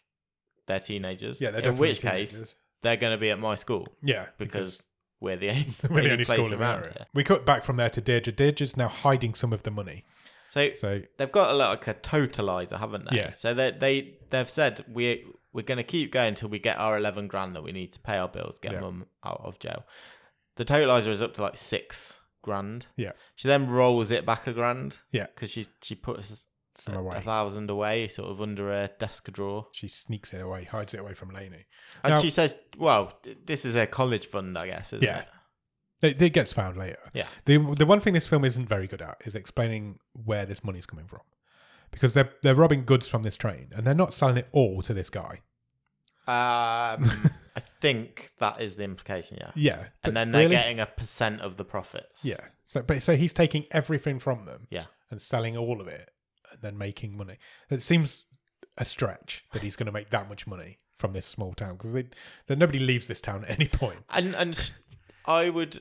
Speaker 2: they're teenagers.
Speaker 1: Yeah, they're
Speaker 2: in
Speaker 1: definitely
Speaker 2: which case
Speaker 1: teenagers.
Speaker 2: they're gonna be at my school
Speaker 1: yeah,
Speaker 2: because we're the only,
Speaker 1: we're the only
Speaker 2: place
Speaker 1: school in the
Speaker 2: around
Speaker 1: area.
Speaker 2: here.
Speaker 1: We cut back from there to Deirdre. Deirdre's now hiding some of the money.
Speaker 2: So
Speaker 1: So
Speaker 2: they've got a, like a totalizer, haven't they?
Speaker 1: Yeah.
Speaker 2: So they they they've said we we're going to keep going until we get our eleven grand that we need to pay our bills, get
Speaker 1: Yeah.
Speaker 2: mum out of jail. The totalizer is up to like six grand.
Speaker 1: Yeah.
Speaker 2: She then rolls it back a grand.
Speaker 1: Yeah.
Speaker 2: Because she she puts
Speaker 1: some
Speaker 2: a, a
Speaker 1: away.
Speaker 2: thousand away, sort of under a desk drawer,
Speaker 1: She sneaks it away, hides it away from Laney.
Speaker 2: and
Speaker 1: Now-
Speaker 2: she says, "Well, th- this is a college fund, I guess, isn't
Speaker 1: Yeah.
Speaker 2: it?"
Speaker 1: It, it gets found later.
Speaker 2: Yeah.
Speaker 1: The the one thing this film isn't very good at is explaining where this money's coming from, because they're they're robbing goods from this train and they're not selling it all to this guy.
Speaker 2: Um, I think that is the implication, yeah.
Speaker 1: Yeah. but
Speaker 2: and then they're
Speaker 1: really?
Speaker 2: getting a percent of the profits.
Speaker 1: Yeah. So, but so he's taking everything from them.
Speaker 2: Yeah.
Speaker 1: And selling all of it, and then making money. It seems a stretch that he's going to make that much money from this small town because then nobody leaves this town at any point.
Speaker 2: And and I would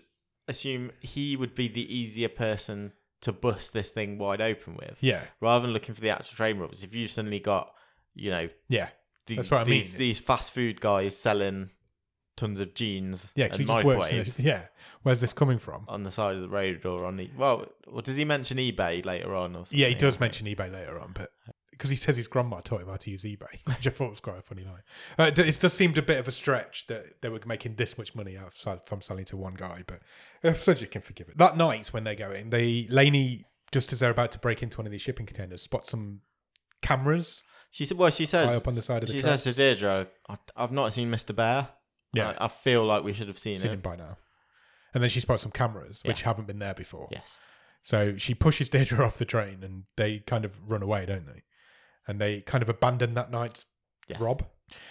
Speaker 2: assume he would be the easier person to bust this thing wide open with,
Speaker 1: Yeah.
Speaker 2: rather than looking for the actual train robbers. If you suddenly got, you know,
Speaker 1: Yeah.
Speaker 2: the,
Speaker 1: That's what I
Speaker 2: these
Speaker 1: mean.
Speaker 2: these fast food guys selling tons of jeans
Speaker 1: Yeah. 'cause he
Speaker 2: and
Speaker 1: just works. in
Speaker 2: microwaves
Speaker 1: a- yeah. Where's this coming from?
Speaker 2: on the side of the road or on the well, well, does he mention eBay later on or something?
Speaker 1: Yeah, he does mention eBay later on, but because he says his grandma taught him how to use eBay, which I thought was quite a funny line. Uh, it d- it does seem a bit of a stretch that they were making this much money outside from selling to one guy, but I suppose you can forgive it. That night when they go in, they Laney, just as they're about to break into one of these shipping containers, spots some cameras.
Speaker 2: She said, "Well, she says
Speaker 1: High up on the side of the
Speaker 2: she
Speaker 1: tracks.
Speaker 2: says to Deirdre, I, I've not seen Mr. Bear.
Speaker 1: Yeah.
Speaker 2: I, I feel like we should have seen,
Speaker 1: Seen
Speaker 2: it.
Speaker 1: him by now. And then she spots some cameras, which haven't been there before.
Speaker 2: Yes,
Speaker 1: So she pushes Deirdre off the train and they kind of run away, don't they? And they kind of abandon that night's
Speaker 2: yes.
Speaker 1: Rob.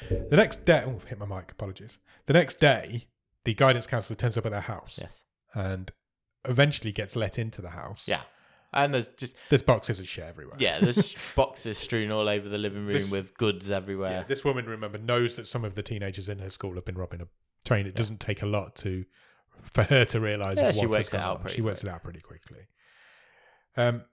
Speaker 1: The next day, oh, hit my mic, apologies. The next day, the guidance counselor turns up at their house
Speaker 2: yes,
Speaker 1: and eventually gets let into the house.
Speaker 2: yeah." And there's just
Speaker 1: There's boxes of shit everywhere.
Speaker 2: yeah, there's boxes strewn all over the living room
Speaker 1: This-
Speaker 2: with goods
Speaker 1: Yeah,
Speaker 2: everywhere.
Speaker 1: This woman, remember, knows that some of the teenagers in her school have been robbing a train. It doesn't take a lot to for her to realise
Speaker 2: Yeah,
Speaker 1: what
Speaker 2: she
Speaker 1: has
Speaker 2: works it
Speaker 1: gone
Speaker 2: out
Speaker 1: on.
Speaker 2: pretty
Speaker 1: She works it out pretty quickly. Um,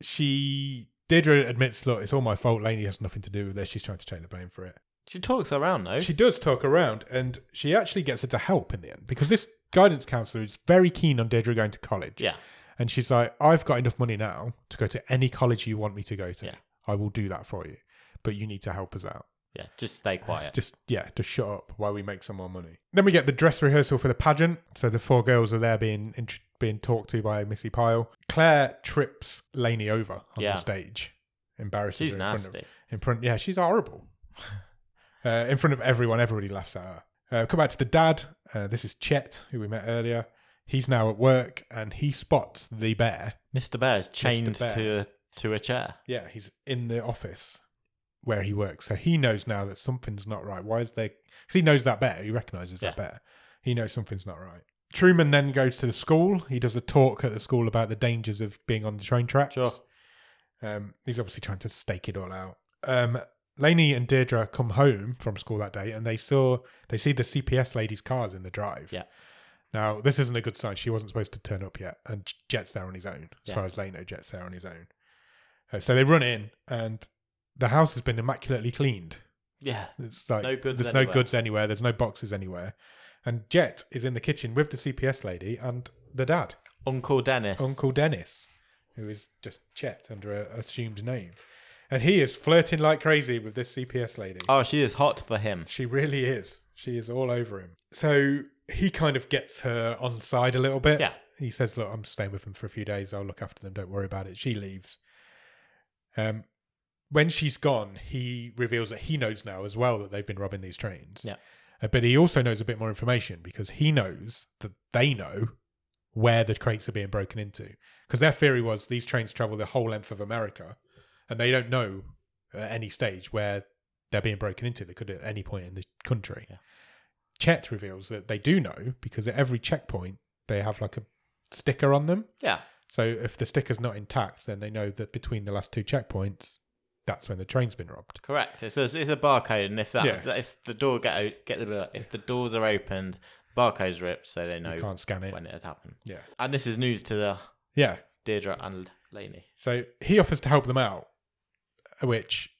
Speaker 1: she Deirdre admits, look, it's all my fault. Laney has nothing to do with this. She's trying to take the blame for it.
Speaker 2: She talks around though.
Speaker 1: She does talk around, and she actually gets her to help in the end because this guidance counselor is very keen on Deirdre going to college.
Speaker 2: yeah,
Speaker 1: And she's like, I've got enough money now to go to any college you want me to go to.
Speaker 2: Yeah.
Speaker 1: I will do that for you, but you need to help us out.
Speaker 2: yeah. Just stay quiet.
Speaker 1: Just, yeah, just shut up while we make some more money. Then we get the dress rehearsal for the pageant. So the four girls are there being int- being talked to by Missy Pyle. Claire trips Laney over on
Speaker 2: Yeah.
Speaker 1: the stage, embarrasses
Speaker 2: She's
Speaker 1: her in front of
Speaker 2: nasty.
Speaker 1: in front, yeah, she's horrible. uh, in front of everyone, everybody laughs at her. Uh, come back to the dad. Uh, this is Chet, who we met earlier. He's now at work and he spots the bear.
Speaker 2: Mr. Bear's chained
Speaker 1: Bear.
Speaker 2: to a, to a chair.
Speaker 1: Yeah, he's in the office where he works. So he knows now that something's not right. Why is there. Because he knows that bear. He recognizes that bear. He knows something's not right. Truman then goes to the school. He does a talk at the school about the dangers of being on the train tracks.
Speaker 2: Sure.
Speaker 1: Um, he's obviously trying to stake it all out. Um, Laney and Deirdre come home from school that day, and they saw they see the CPS lady's cars in the drive.
Speaker 2: Yeah.
Speaker 1: Now this isn't a good sign. She wasn't supposed to turn up yet, and Jet's there on his own. As
Speaker 2: Yeah.
Speaker 1: far as they know, Jet's there on his own. Uh, so they run in, and the house has been immaculately cleaned.
Speaker 2: Yeah,
Speaker 1: It's like
Speaker 2: No goods
Speaker 1: There's no
Speaker 2: anywhere.
Speaker 1: goods anywhere. There's no boxes anywhere. And Jet is in the kitchen with the CPS lady and the dad.
Speaker 2: Uncle Dennis.
Speaker 1: Uncle Dennis, who is just Chet under an assumed name. And he is flirting like crazy with this CPS lady.
Speaker 2: Oh, she is hot for him.
Speaker 1: She really is. She is all over him. So he kind of gets her on side a little bit.
Speaker 2: Yeah.
Speaker 1: He says, Look, I'm staying with them for a few days. I'll look after them. Don't worry about it. She leaves. Um, when she's gone, he reveals that he knows now as well that they've been robbing these trains.
Speaker 2: Yeah.
Speaker 1: Uh, But he also knows a bit more information because he knows that they know where the crates are being broken into. Because their theory was these trains travel the whole length of America and they don't know at any stage where they're being broken into. They could at any point in the country.
Speaker 2: Yeah.
Speaker 1: Chet reveals that they do know because at every checkpoint they have like a sticker on them.
Speaker 2: Yeah,
Speaker 1: So if the sticker's not intact, then they know that between the last two checkpoints, that's when the train's been robbed.
Speaker 2: correct. It's a, it's a barcode, and if that
Speaker 1: Yeah.
Speaker 2: if the door get o- get the if the doors are opened, barcode's ripped, so they
Speaker 1: You
Speaker 2: know
Speaker 1: can't scan it.
Speaker 2: when it had happened.
Speaker 1: Yeah.
Speaker 2: And this is news to the
Speaker 1: Yeah.
Speaker 2: Deirdre and Laney.
Speaker 1: So he offers to help them out, which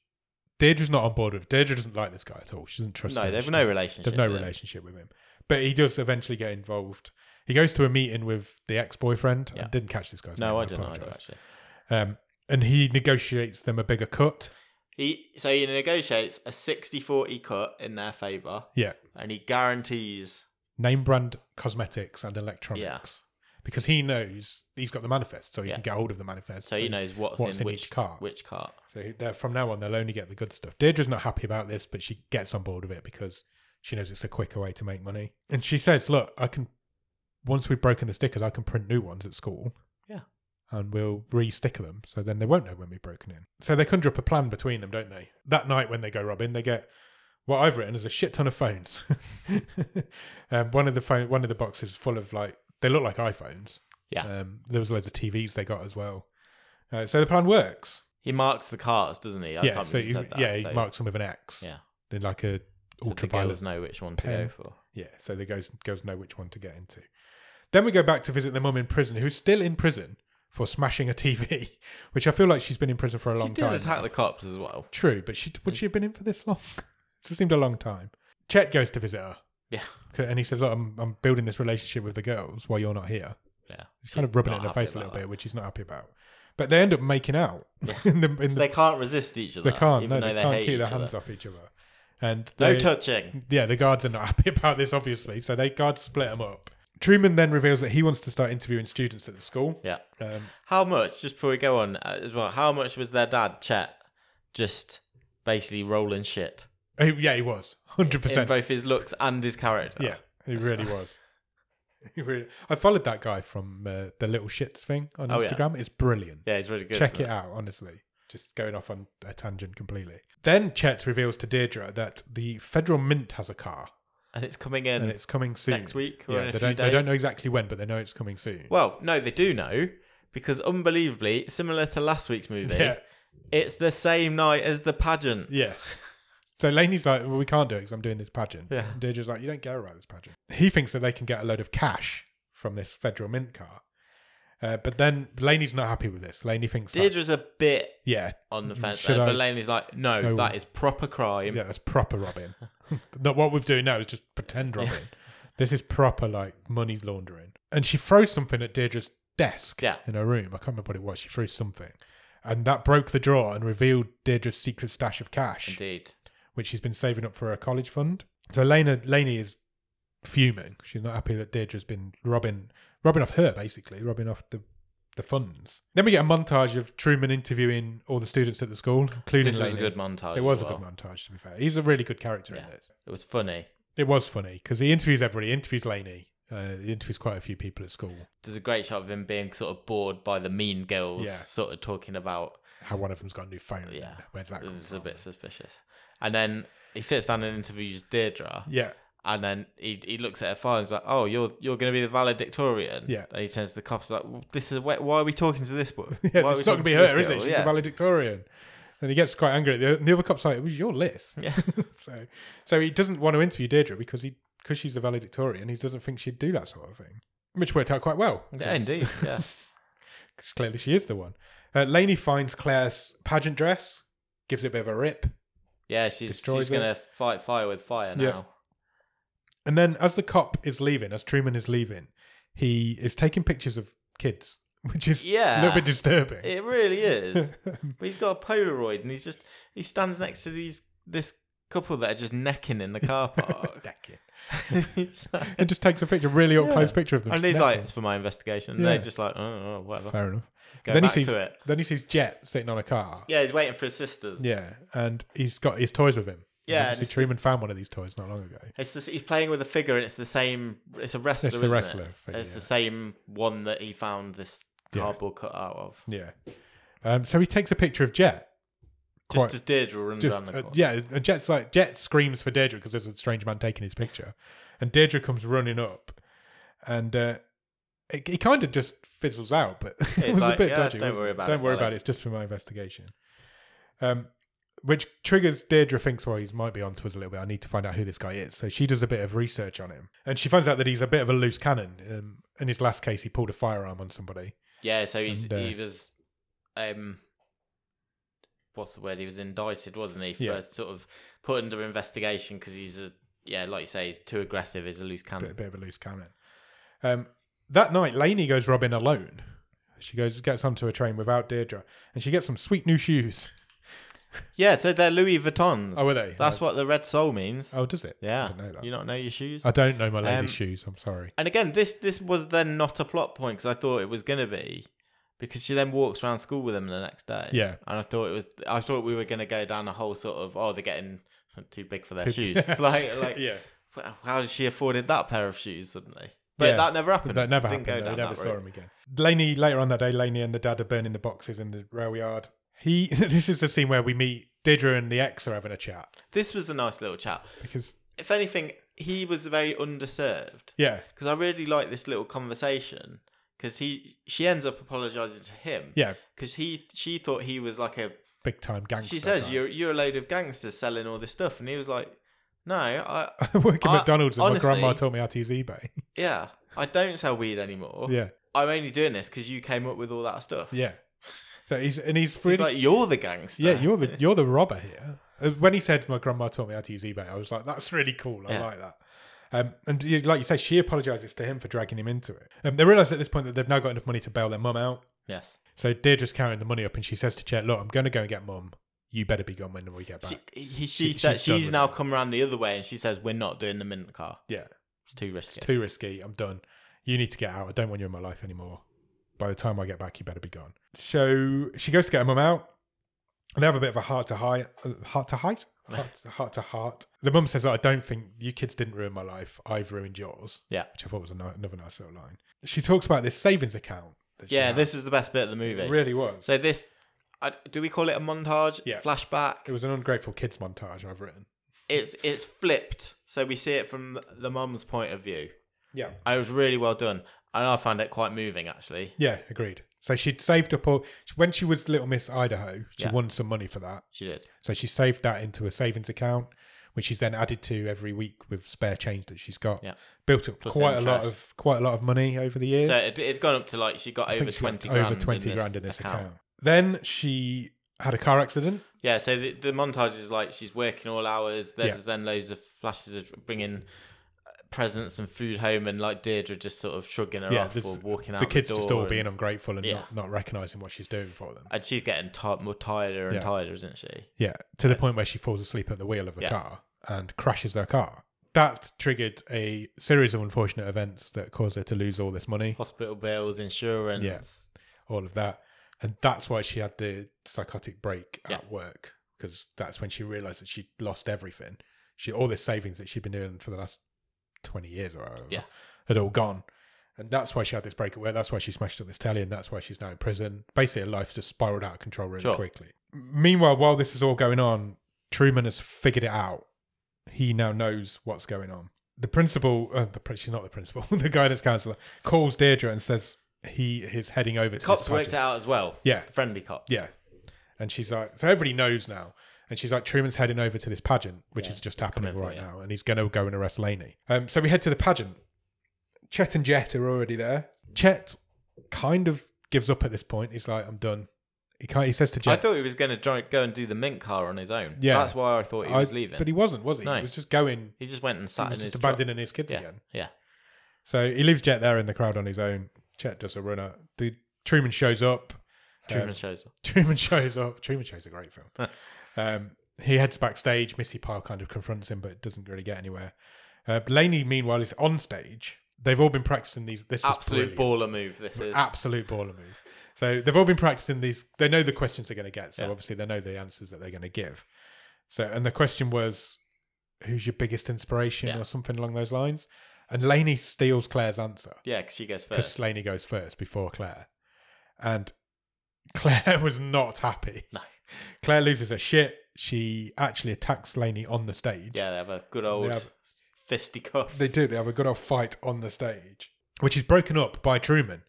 Speaker 1: Deirdre's not on board with. Deirdre doesn't like this guy at all. She doesn't trust
Speaker 2: No,
Speaker 1: him.
Speaker 2: they've
Speaker 1: She
Speaker 2: no
Speaker 1: doesn't-
Speaker 2: relationship.
Speaker 1: They've no
Speaker 2: there.
Speaker 1: relationship with him. But he does eventually get involved. He goes to a meeting with the ex boyfriend. I
Speaker 2: Yeah.
Speaker 1: didn't catch this guy's name.
Speaker 2: No, I didn't either.
Speaker 1: apologise.
Speaker 2: Actually,
Speaker 1: Um, and he negotiates them a bigger cut.
Speaker 2: he so he negotiates a 60-40 cut in their favor,
Speaker 1: Yeah.
Speaker 2: and he guarantees.
Speaker 1: Name brand cosmetics and electronics. Because he knows he's got the manifest, so he
Speaker 2: Yeah.
Speaker 1: can get hold of the manifest.
Speaker 2: So he knows what's,
Speaker 1: what's in
Speaker 2: which
Speaker 1: each cart.
Speaker 2: Which cart?
Speaker 1: So he- they're, from now on, they'll only get the good stuff. Deirdre's not happy about this, but she gets on board with it because she knows it's a quicker way to make money. And she says, "Look, I can. Once we've broken the stickers, I can print new ones at school.
Speaker 2: Yeah.
Speaker 1: and we'll re-sticker them, so then they won't know when we've broken in. So they conjure up a plan between them, don't they? That night when they go robbing, they get what I've written is a shit ton of phones. um, one of the phone, one of the boxes is full of like they look like iPhones.
Speaker 2: Yeah.
Speaker 1: Um, there was loads of TVs they got as well. Uh, so the plan works.
Speaker 2: He marks the cars, doesn't he? I
Speaker 1: yeah.
Speaker 2: can't
Speaker 1: So
Speaker 2: believe
Speaker 1: you,
Speaker 2: he said that.
Speaker 1: yeah, he
Speaker 2: so
Speaker 1: marks them with an X.
Speaker 2: Yeah.
Speaker 1: Then like a
Speaker 2: so the
Speaker 1: ultraviolet
Speaker 2: girls know which one to
Speaker 1: pen.
Speaker 2: go for.
Speaker 1: yeah, so the girls, girls know which one to get into. Then we go back to visit the mum in prison, who's still in prison for smashing a TV, which I feel like she's been in prison for a
Speaker 2: She
Speaker 1: long
Speaker 2: did
Speaker 1: time.
Speaker 2: attack
Speaker 1: now.
Speaker 2: the cops as well.
Speaker 1: True, but she
Speaker 2: Mm.
Speaker 1: would she have been in for this long? it seemed a long time. Chet goes to visit her.
Speaker 2: Yeah.
Speaker 1: C- And he says, Look, I'm, I'm building this relationship with the girls while you're not here.
Speaker 2: Yeah.
Speaker 1: He's kind of rubbing it in her face a little bit, which he's not happy about. But they end up making out. in the, in the,
Speaker 2: They can't resist each other.
Speaker 1: they can't, no,
Speaker 2: uh, even
Speaker 1: they,
Speaker 2: though they
Speaker 1: can't keep
Speaker 2: hate
Speaker 1: their
Speaker 2: each other.
Speaker 1: hands off each other. And
Speaker 2: No
Speaker 1: they-
Speaker 2: touching.
Speaker 1: yeah, the guards are not happy about this, obviously. So they guards split them up. Truman then reveals that he wants to start interviewing students at the school.
Speaker 2: Yeah.
Speaker 1: Um,
Speaker 2: How much, just before we go on uh, as well, how much was their dad, Chet, just basically rolling shit
Speaker 1: he- oh, yeah, he was hundred
Speaker 2: in
Speaker 1: percent.
Speaker 2: both his looks and his character?
Speaker 1: Yeah, he really was. He really- I followed that guy from uh, the Little Shits thing on
Speaker 2: Oh, yeah.
Speaker 1: Instagram. It's brilliant.
Speaker 2: Yeah, he's really good.
Speaker 1: Check
Speaker 2: isn't
Speaker 1: it out, honestly. Just going off on a tangent completely. Then Chet reveals to Deirdre that the Federal Mint has a car
Speaker 2: And it's coming in
Speaker 1: and it's coming soon.
Speaker 2: next week or
Speaker 1: Yeah,
Speaker 2: in a
Speaker 1: they
Speaker 2: few
Speaker 1: don't,
Speaker 2: days.
Speaker 1: they don't know exactly when, but they know it's coming soon.
Speaker 2: Well, no, they do know because unbelievably, similar to last week's movie,
Speaker 1: Yeah.
Speaker 2: it's the same night as the pageant.
Speaker 1: Yes. So Laney's like, well, we can't do it because I'm doing this pageant.
Speaker 2: Yeah.
Speaker 1: And Deirdre's like, you don't care about this pageant. He thinks that they can get a load of cash from this federal mint car. Uh, but then Laney's not happy with this. Laney thinks, that,
Speaker 2: Deirdre's a bit
Speaker 1: yeah,
Speaker 2: on the fence,
Speaker 1: Mm, Should
Speaker 2: there,
Speaker 1: I-
Speaker 2: but Laney's like, no,
Speaker 1: No.
Speaker 2: that is proper crime.
Speaker 1: yeah, that's proper robbing. That what we're doing now is just pretend robbing. This is proper like money laundering. And she throws something at Deirdre's desk
Speaker 2: Yeah.
Speaker 1: in her room. I can't remember what it was. She threw something. And that broke the drawer and revealed Deirdre's secret stash of cash.
Speaker 2: Indeed.
Speaker 1: which she's been saving up for her college fund. So Lena Laney is fuming. She's not happy that Deirdre's been robbing robbing off her basically, robbing off the the funds. Then we get a montage of Truman interviewing all the students at the school, including
Speaker 2: This was a
Speaker 1: Laney.
Speaker 2: good montage.
Speaker 1: It was
Speaker 2: as
Speaker 1: a good
Speaker 2: well.
Speaker 1: montage, to be fair. He's a really good character in
Speaker 2: Yeah.
Speaker 1: this.
Speaker 2: It was funny.
Speaker 1: It was funny because he interviews everybody. He interviews Laney. Uh, he interviews quite a few people at school.
Speaker 2: there's a great shot of him being sort of bored by the mean girls
Speaker 1: Yeah.
Speaker 2: sort of talking about
Speaker 1: How one of them's got a new phone.
Speaker 2: Yeah.
Speaker 1: where's that? Come
Speaker 2: this is
Speaker 1: from?
Speaker 2: a bit suspicious and then he sits down and interviews deirdre
Speaker 1: Yeah,
Speaker 2: and then he, he looks at her file and is like oh you're you're going to be the valedictorian
Speaker 1: Yeah.
Speaker 2: and he turns to the cops like "Well, this is why, why are we talking to this boy
Speaker 1: yeah.
Speaker 2: why are we
Speaker 1: it's not gonna
Speaker 2: talking
Speaker 1: be
Speaker 2: to
Speaker 1: her,
Speaker 2: this
Speaker 1: is it?
Speaker 2: girl?"
Speaker 1: She's
Speaker 2: yeah
Speaker 1: a valedictorian. And he gets quite angry. at The, and the other cop's like, "It was your list."
Speaker 2: yeah
Speaker 1: so so he doesn't want to interview Deirdre because he because she's a valedictorian, he doesn't think she'd do that sort of thing, which worked out quite well.
Speaker 2: Yeah,
Speaker 1: 'cause-
Speaker 2: indeed yeah
Speaker 1: 'cause clearly she is the one. Uh, Lainey finds Claire's pageant dress, gives it a bit of a rip,
Speaker 2: yeah she's,
Speaker 1: Destroys
Speaker 2: she's going to fight fire with fire now
Speaker 1: Yeah. and then as the cop is leaving, as Truman is leaving, he is taking pictures of kids, which is a
Speaker 2: Yeah.
Speaker 1: little bit disturbing.
Speaker 2: it really is but he's got a polaroid and he's just he stands next to these this couple that are just necking in the car park
Speaker 1: Necking.
Speaker 2: He's like-
Speaker 1: and just takes a picture, really up close
Speaker 2: Yeah.
Speaker 1: picture of them.
Speaker 2: And
Speaker 1: just
Speaker 2: he's like,
Speaker 1: necking.
Speaker 2: it's for my investigation.
Speaker 1: Yeah.
Speaker 2: They're just like, oh, oh, whatever.
Speaker 1: fair enough.
Speaker 2: Go
Speaker 1: then
Speaker 2: back
Speaker 1: he sees
Speaker 2: to it.
Speaker 1: then he sees Jet sitting on a car.
Speaker 2: Yeah, he's waiting for his sisters.
Speaker 1: Yeah, and he's got his toys with him.
Speaker 2: Yeah, and
Speaker 1: obviously
Speaker 2: it's-
Speaker 1: Truman found one of these toys not long ago.
Speaker 2: It's just, he's playing with a figure, and it's the same. It's a wrestler.
Speaker 1: It's the
Speaker 2: isn't
Speaker 1: wrestler
Speaker 2: It?
Speaker 1: figure,
Speaker 2: it's the
Speaker 1: yeah.
Speaker 2: same one that he found this
Speaker 1: Yeah.
Speaker 2: cardboard cut out of.
Speaker 1: Yeah, um, so he takes a picture of Jet.
Speaker 2: Just
Speaker 1: Quite-
Speaker 2: as Deirdre runs
Speaker 1: Just
Speaker 2: around the
Speaker 1: uh,
Speaker 2: corner.
Speaker 1: yeah, and Jet's like Jet screams for Deirdre because there's a strange man taking his picture, and Deirdre comes running up, and uh, it, he kind of just fizzles out. But it was
Speaker 2: like,
Speaker 1: a bit
Speaker 2: "Yeah,
Speaker 1: dodgy.
Speaker 2: don't
Speaker 1: wasn't
Speaker 2: worry
Speaker 1: it?
Speaker 2: about
Speaker 1: Don't
Speaker 2: it,
Speaker 1: worry
Speaker 2: Alex."
Speaker 1: about it. It's just for my investigation. Um, which triggers Deirdre thinks, well, he might be onto us a little bit. I need to find out who this guy is. So she does a bit of research on him, and she finds out that he's a bit of a loose cannon. Um, in his last case, he pulled a firearm on somebody.
Speaker 2: Yeah, so he's
Speaker 1: And, uh,
Speaker 2: he was, um, what's the word? He was indicted, wasn't he? For
Speaker 1: Yeah.
Speaker 2: sort of put under investigation because he's a yeah, like you say, he's too aggressive. He's a loose
Speaker 1: bit,
Speaker 2: cannon.
Speaker 1: bit of a loose cannon. Um, that night, Lainey goes robbing alone. She goes gets onto a train without Deirdre, and she gets some sweet new shoes.
Speaker 2: Yeah, so they're Louis Vuittons.
Speaker 1: Oh, were they?
Speaker 2: That's what the red soul means.
Speaker 1: Oh, does it?
Speaker 2: yeah,
Speaker 1: I don't know that.
Speaker 2: you not know your shoes.
Speaker 1: I don't know my lady's
Speaker 2: Um,
Speaker 1: shoes. I'm sorry.
Speaker 2: And again, this this was then not a plot point because I thought it was gonna be because she then walks around school with him the next day.
Speaker 1: Yeah.
Speaker 2: and I thought it was I thought we were gonna go down a whole sort of oh they're getting too big for their
Speaker 1: Too-
Speaker 2: shoes. It's like like
Speaker 1: yeah,
Speaker 2: wow, how did she afford that pair of shoes suddenly? But
Speaker 1: Yeah.
Speaker 2: that never happened.
Speaker 1: that never happened.
Speaker 2: Didn't Go
Speaker 1: though. We
Speaker 2: down
Speaker 1: never
Speaker 2: that
Speaker 1: saw
Speaker 2: route.
Speaker 1: him again. Laney later on that day, Laney and the dad are burning the boxes in the rail yard. He. This is the scene where we meet Deirdre and the ex are having a chat
Speaker 2: This was a nice little chat.
Speaker 1: because
Speaker 2: If anything, he was very underserved
Speaker 1: yeah,
Speaker 2: because I really like this little conversation because he she ends up apologizing to him
Speaker 1: yeah,
Speaker 2: because he she thought he was like a
Speaker 1: big time gangster.
Speaker 2: she says
Speaker 1: right?
Speaker 2: you're you're a load of gangsters selling all this stuff and he was like no I
Speaker 1: I work at
Speaker 2: I-
Speaker 1: McDonald's and
Speaker 2: honestly-
Speaker 1: my grandma taught me how to use eBay.
Speaker 2: yeah I don't sell weed anymore
Speaker 1: yeah,
Speaker 2: I'm only doing this because you came up with all that stuff
Speaker 1: yeah. So he's and he's
Speaker 2: He's
Speaker 1: really
Speaker 2: like you're the gangster
Speaker 1: yeah. You're the you're the robber here. Uh, When he said my grandma taught me how to use eBay, I was like, that's really cool. I
Speaker 2: Yeah.
Speaker 1: like that. Um, and you- like you say, she apologizes to him for dragging him into it. Um, they realize at this point that they've now got enough money to bail their mum out.
Speaker 2: yes
Speaker 1: So Deirdre's counting the money up, and she says to Chet, "Look, I'm going to go and get mum. You better be gone when we get back."
Speaker 2: she, he, she,
Speaker 1: She-
Speaker 2: said
Speaker 1: she's done
Speaker 2: she's
Speaker 1: with
Speaker 2: now
Speaker 1: it.
Speaker 2: come around the other way and she says we're not doing them in the car
Speaker 1: yeah,
Speaker 2: it's too risky
Speaker 1: too risky. I'm done. You need to get out. I don't want you in my life anymore. By the time I get back, you better be gone. So she goes to get her mum out. And they have a bit of a heart to high, uh, heart to height, heart, to- heart to heart. The mum says, "Look, "I don't think you kids didn't ruin my life. I've ruined yours."
Speaker 2: Yeah.
Speaker 1: which I thought was a ni- another nice little line. She talks about this savings account. That she
Speaker 2: yeah
Speaker 1: had.
Speaker 2: this was the best bit of the movie
Speaker 1: It really was.
Speaker 2: so this I, do we call it a montage
Speaker 1: Yeah.
Speaker 2: flashback
Speaker 1: It was an ungrateful kids montage I've written.
Speaker 2: it's it's flipped so we see it from the mum's point of view
Speaker 1: Yeah,
Speaker 2: I was really well done and I found it quite moving actually
Speaker 1: Yeah, agreed. So she'd saved up all when she was Little Miss Idaho. She
Speaker 2: Yeah.
Speaker 1: won some money for that,
Speaker 2: she did
Speaker 1: so she saved that into a savings account, which she's then added to every week with spare change that she's got.
Speaker 2: Yeah.
Speaker 1: Built up
Speaker 2: Plus
Speaker 1: quite a lot
Speaker 2: interest.
Speaker 1: of quite a lot of money over the years.
Speaker 2: so it, it'd gone up to like she got
Speaker 1: I
Speaker 2: over
Speaker 1: think she went
Speaker 2: 20 grand
Speaker 1: over twenty
Speaker 2: in this
Speaker 1: grand in this
Speaker 2: account.
Speaker 1: account. Then she had a car accident.
Speaker 2: yeah so the, the montage is like she's working all hours there's
Speaker 1: Yeah.
Speaker 2: then loads of flashes of bringing uh, presents and food home and like Deirdre just sort of shrugging her
Speaker 1: Yeah,
Speaker 2: off
Speaker 1: this-
Speaker 2: or walking out
Speaker 1: the kids
Speaker 2: door
Speaker 1: just all
Speaker 2: and,
Speaker 1: being ungrateful and
Speaker 2: Yeah.
Speaker 1: not, not recognizing what she's doing for them.
Speaker 2: and she's getting ti more tireder and
Speaker 1: Yeah.
Speaker 2: tireder isn't she
Speaker 1: Yeah, to the point where she falls asleep at the wheel of the
Speaker 2: Yeah.
Speaker 1: car and crashes her car. That triggered a series of unfortunate events that caused her to lose all this money,
Speaker 2: hospital bills insurance
Speaker 1: Yeah. all of that. And that's why she had the psychotic break at work because that's when she realized that she'd lost everything. She all this savings that she'd been doing for the last 20 years or however
Speaker 2: Yeah.
Speaker 1: had all gone. And that's why she had this break at work. That's why she smashed up this telly, and that's why she's now in prison. Basically, her life just spiraled out of control really
Speaker 2: Sure.
Speaker 1: quickly. Meanwhile, while this is all going on, Truman has figured it out. He now knows what's going on. The principal, uh, the prin- she's not the principal, the guidance counselor calls Deirdre and says he is heading over to
Speaker 2: cops
Speaker 1: this
Speaker 2: worked
Speaker 1: party.
Speaker 2: out as well
Speaker 1: Yeah,
Speaker 2: the friendly cop
Speaker 1: yeah. And she's like, so everybody knows now. And she's like, Truman's heading over to this pageant, which
Speaker 2: Yeah,
Speaker 1: is just happening
Speaker 2: coming for
Speaker 1: right
Speaker 2: you.
Speaker 1: now, and he's going to go and arrest Laney. Um, so we head to the pageant. Chet and Jet are already there. Chet kind of gives up at this point. He's like, I'm done. He can't. He says to
Speaker 2: I
Speaker 1: Jet,
Speaker 2: thought he was going to go and do the mint car on his own.
Speaker 1: Yeah.
Speaker 2: that's why I thought he
Speaker 1: I-
Speaker 2: was leaving.
Speaker 1: but he wasn't, was he?
Speaker 2: No.
Speaker 1: He was just going.
Speaker 2: he just went and
Speaker 1: He
Speaker 2: sat
Speaker 1: was
Speaker 2: in his
Speaker 1: just
Speaker 2: truck.
Speaker 1: abandoning his kids
Speaker 2: Yeah,
Speaker 1: again.
Speaker 2: yeah.
Speaker 1: So he leaves Jet there in the crowd on his own. Chet does a runner. The Truman shows up.
Speaker 2: Truman
Speaker 1: Um,
Speaker 2: shows up.
Speaker 1: Truman shows up. Truman Show's a great film. um, he heads backstage. Missy Pyle kind of confronts him, but doesn't really get anywhere. Uh, Blaney, meanwhile, is on stage. They've all been practicing these. This was
Speaker 2: Absolute
Speaker 1: brilliant.
Speaker 2: baller move. This is
Speaker 1: Absolute baller move. So they've all been practicing these. They know the questions they're going to get. So
Speaker 2: Yeah.
Speaker 1: obviously they know the answers that they're going to give. So and the question was, who's your biggest inspiration
Speaker 2: Yeah.
Speaker 1: or something along those lines? And Laney steals Claire's answer
Speaker 2: yeah. Because she goes
Speaker 1: because
Speaker 2: first.
Speaker 1: Slaney goes first before Claire, and Claire was not happy.
Speaker 2: No.
Speaker 1: Claire loses her shit. She actually attacks Slaney on the stage.
Speaker 2: yeah, they have a good old
Speaker 1: have-
Speaker 2: fisticuffs.
Speaker 1: They do. They have a good old fight on the stage, which is broken up by Truman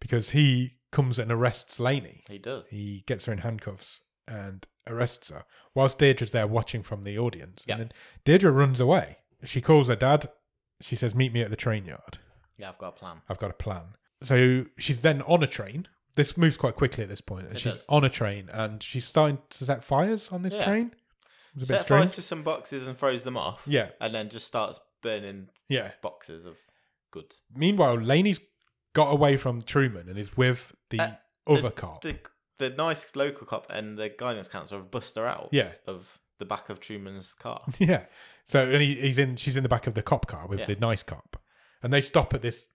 Speaker 1: because he comes and arrests Laney.
Speaker 2: He does.
Speaker 1: He gets her in handcuffs and arrests her whilst Deirdre's there watching from the audience.
Speaker 2: Yeah.
Speaker 1: And then Deirdre runs away. She calls her dad. She says, Meet me at the train yard.
Speaker 2: Yeah, I've got a plan.
Speaker 1: I've got a plan. So she's then on a train. This moves quite quickly at this point, and
Speaker 2: It
Speaker 1: she's
Speaker 2: does.
Speaker 1: on a train and she's starting to set fires on this
Speaker 2: Yeah.
Speaker 1: train. It was a bit
Speaker 2: Set
Speaker 1: strange.
Speaker 2: fires to some boxes and throws them off,
Speaker 1: Yeah,
Speaker 2: and then just starts burning
Speaker 1: yeah.
Speaker 2: boxes of goods.
Speaker 1: Meanwhile, Laney's got away from Truman and is with the
Speaker 2: Uh,
Speaker 1: other cop.
Speaker 2: The the nice local cop and the guidance counselor have bust her out
Speaker 1: yeah,
Speaker 2: of the back of Truman's car.
Speaker 1: yeah. So and he, he's in. She's in the back of the cop car with
Speaker 2: Yeah.
Speaker 1: the nice cop, and they stop at this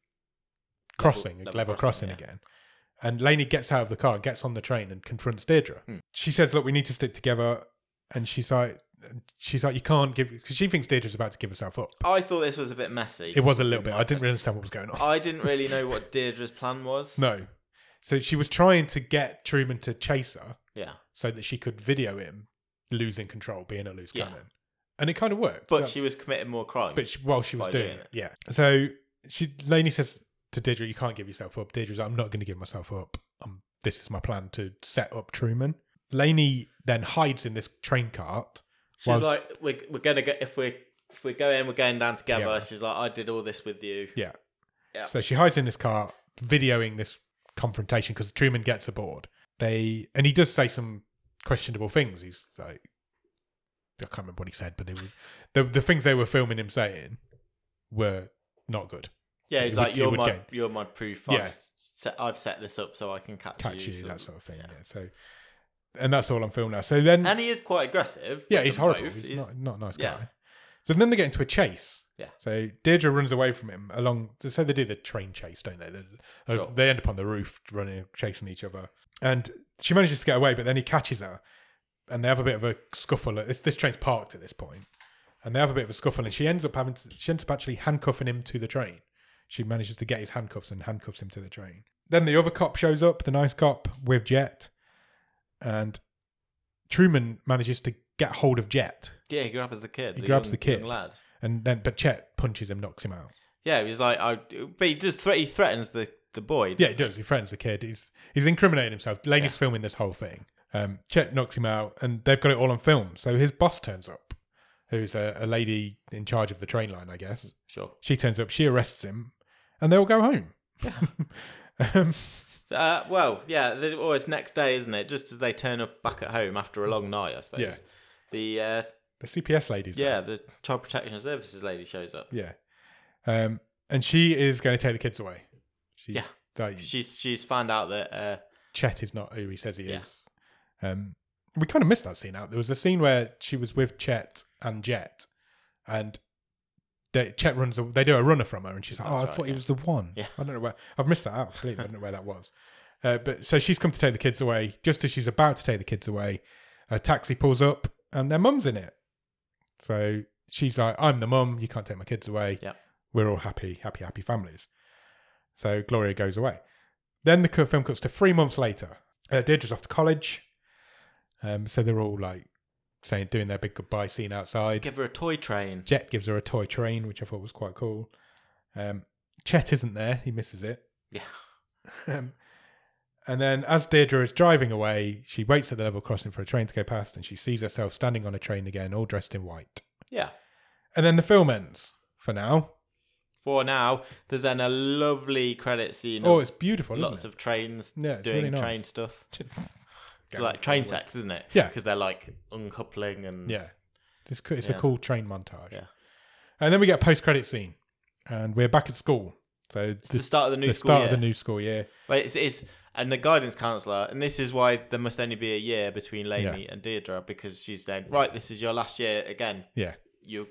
Speaker 1: crossing, level,
Speaker 2: level
Speaker 1: crossing,
Speaker 2: crossing, yeah.
Speaker 1: again. And Laney gets out of the car, gets on the train, and confronts Deirdre.
Speaker 2: Hmm.
Speaker 1: She says, "Look, we need to stick together." And she's like, "She's like, you can't give," because she thinks Deirdre's about to give herself up.
Speaker 2: I thought this was a bit messy.
Speaker 1: It was a little bit. I didn't really understand what was going on.
Speaker 2: I didn't really know what Deirdre's plan was.
Speaker 1: No, so she was trying to get Truman to chase her,
Speaker 2: Yeah.
Speaker 1: so that she could video him losing control, being a loose
Speaker 2: Yeah.
Speaker 1: cannon, and it kind of worked.
Speaker 2: But
Speaker 1: That's-
Speaker 2: she was committing more crimes.
Speaker 1: but she, while she was
Speaker 2: by
Speaker 1: doing,
Speaker 2: doing
Speaker 1: it. yeah. So she, Lainey says to Deirdre, "You can't give yourself up." Deirdre's, like, "I'm not going to give myself up. Um, this is my plan to set up Truman." Lainey then hides in this train cart.
Speaker 2: She's
Speaker 1: whilst-
Speaker 2: like, we're, we're gonna get if we're if we're going, we're going down together.
Speaker 1: Together.
Speaker 2: She's like, I did all this with you.
Speaker 1: yeah.
Speaker 2: Yeah.
Speaker 1: So she hides in this cart, videoing this confrontation because Truman gets aboard. They and he does say some questionable things. He's like, I can't remember what he said, but it was the the things they were filming him saying were not good.
Speaker 2: Yeah, he's
Speaker 1: You would-
Speaker 2: like,
Speaker 1: you
Speaker 2: you're
Speaker 1: would
Speaker 2: my
Speaker 1: gain.
Speaker 2: you're my proof.
Speaker 1: Yeah.
Speaker 2: I've set I've set this up so I can catch,
Speaker 1: catch you,
Speaker 2: so-
Speaker 1: that sort of thing.
Speaker 2: yeah.
Speaker 1: Yeah. So, and that's all on film now. So then,
Speaker 2: And he is quite aggressive.
Speaker 1: yeah,
Speaker 2: with
Speaker 1: he's
Speaker 2: them
Speaker 1: horrible.
Speaker 2: both.
Speaker 1: He's, not not a nice
Speaker 2: yeah.
Speaker 1: guy. So then they get into a chase.
Speaker 2: Yeah.
Speaker 1: So Deirdre runs away from him along. So they do the train chase, don't they? They, uh,
Speaker 2: Sure.
Speaker 1: they end up on the roof, running, chasing each other, and she manages to get away. But then he catches her, and they have a bit of a scuffle. This this train's parked at this point, and they have a bit of a scuffle, and she ends up having to, she ends up actually handcuffing him to the train. She manages to get his handcuffs and handcuffs him to the train. Then the other cop shows up, the nice cop with Jet, and Truman manages to get hold of Jet,
Speaker 2: Yeah, he grabs the kid.
Speaker 1: He grabs
Speaker 2: young-
Speaker 1: the kid.
Speaker 2: young lad.
Speaker 1: and then but Jet punches him, knocks him out.
Speaker 2: Yeah, he's like, I. But he does. Thre- he threatens the the boy.
Speaker 1: Yeah, he does. He threatens the kid. He's he's incriminating himself. Laney's filming this whole thing. Um, Chet knocks him out, and they've got it all on film. So his boss turns up, who's a, a lady in charge of the train line, I guess.
Speaker 2: Sure.
Speaker 1: She turns up, she arrests him, and they all go home. um,
Speaker 2: Uh, well, yeah. there's- Well, it's next day, isn't it? Just as they turn up back at home after a long night, I suppose.
Speaker 1: Yeah.
Speaker 2: The uh,
Speaker 1: the CPS lady's there.
Speaker 2: yeah, the child protection services lady shows up.
Speaker 1: Yeah. Um, and she is going to take the kids away. She's,
Speaker 2: Yeah.
Speaker 1: Like,
Speaker 2: She's she's found out that uh,
Speaker 1: Chet is not who he says he
Speaker 2: Yeah.
Speaker 1: is. Um, we kind of missed that scene out. There was a scene where she was with Chet and Jet, and they, Chet runs. a- They do a runner from her, and she's like,
Speaker 2: That's
Speaker 1: "Oh, I
Speaker 2: right,
Speaker 1: thought he
Speaker 2: yeah.
Speaker 1: was the one."
Speaker 2: Yeah.
Speaker 1: I don't know where I've missed that out. Completely. I don't know where that was. Uh, but so she's come to take the kids away. Just as she's about to take the kids away, a taxi pulls up, and their mum's in it. So she's like, "I'm the mum. You can't take my kids away.
Speaker 2: Yep.
Speaker 1: We're all happy, happy, happy families." So Gloria goes away. Then the cu- film cuts to three months later. Uh, Deirdre's off to college, um, so they're all like saying, doing their big goodbye scene outside.
Speaker 2: give her a toy train.
Speaker 1: Jet gives her a toy train, which I thought was quite cool. Um, Chet isn't there; he misses it.
Speaker 2: Yeah.
Speaker 1: Um, and then, as Deirdre is driving away, she waits at the level crossing for a train to go past, and she sees herself standing on a train again, all dressed in white.
Speaker 2: Yeah.
Speaker 1: And then the film ends for now.
Speaker 2: For now, there's then a lovely credit scene.
Speaker 1: Oh,
Speaker 2: of
Speaker 1: it's beautiful, isn't
Speaker 2: lots
Speaker 1: it?
Speaker 2: of trains
Speaker 1: Yeah, it's
Speaker 2: doing
Speaker 1: really nice.
Speaker 2: train stuff. It's
Speaker 1: Going
Speaker 2: like train
Speaker 1: forward.
Speaker 2: sex, isn't it?
Speaker 1: Yeah.
Speaker 2: Because they're like uncoupling and
Speaker 1: Yeah, it's co- it's
Speaker 2: Yeah.
Speaker 1: a cool train montage.
Speaker 2: Yeah.
Speaker 1: and then we get a post credit scene, and we're back at school. So
Speaker 2: It's the start of the new
Speaker 1: the
Speaker 2: school
Speaker 1: start
Speaker 2: year.
Speaker 1: of the new school year.
Speaker 2: But it's, it's and the guidance counselor, and this is why there must only be a year between Lainey and Deirdre because she's saying, right, this is your last year again.
Speaker 1: Yeah,
Speaker 2: Your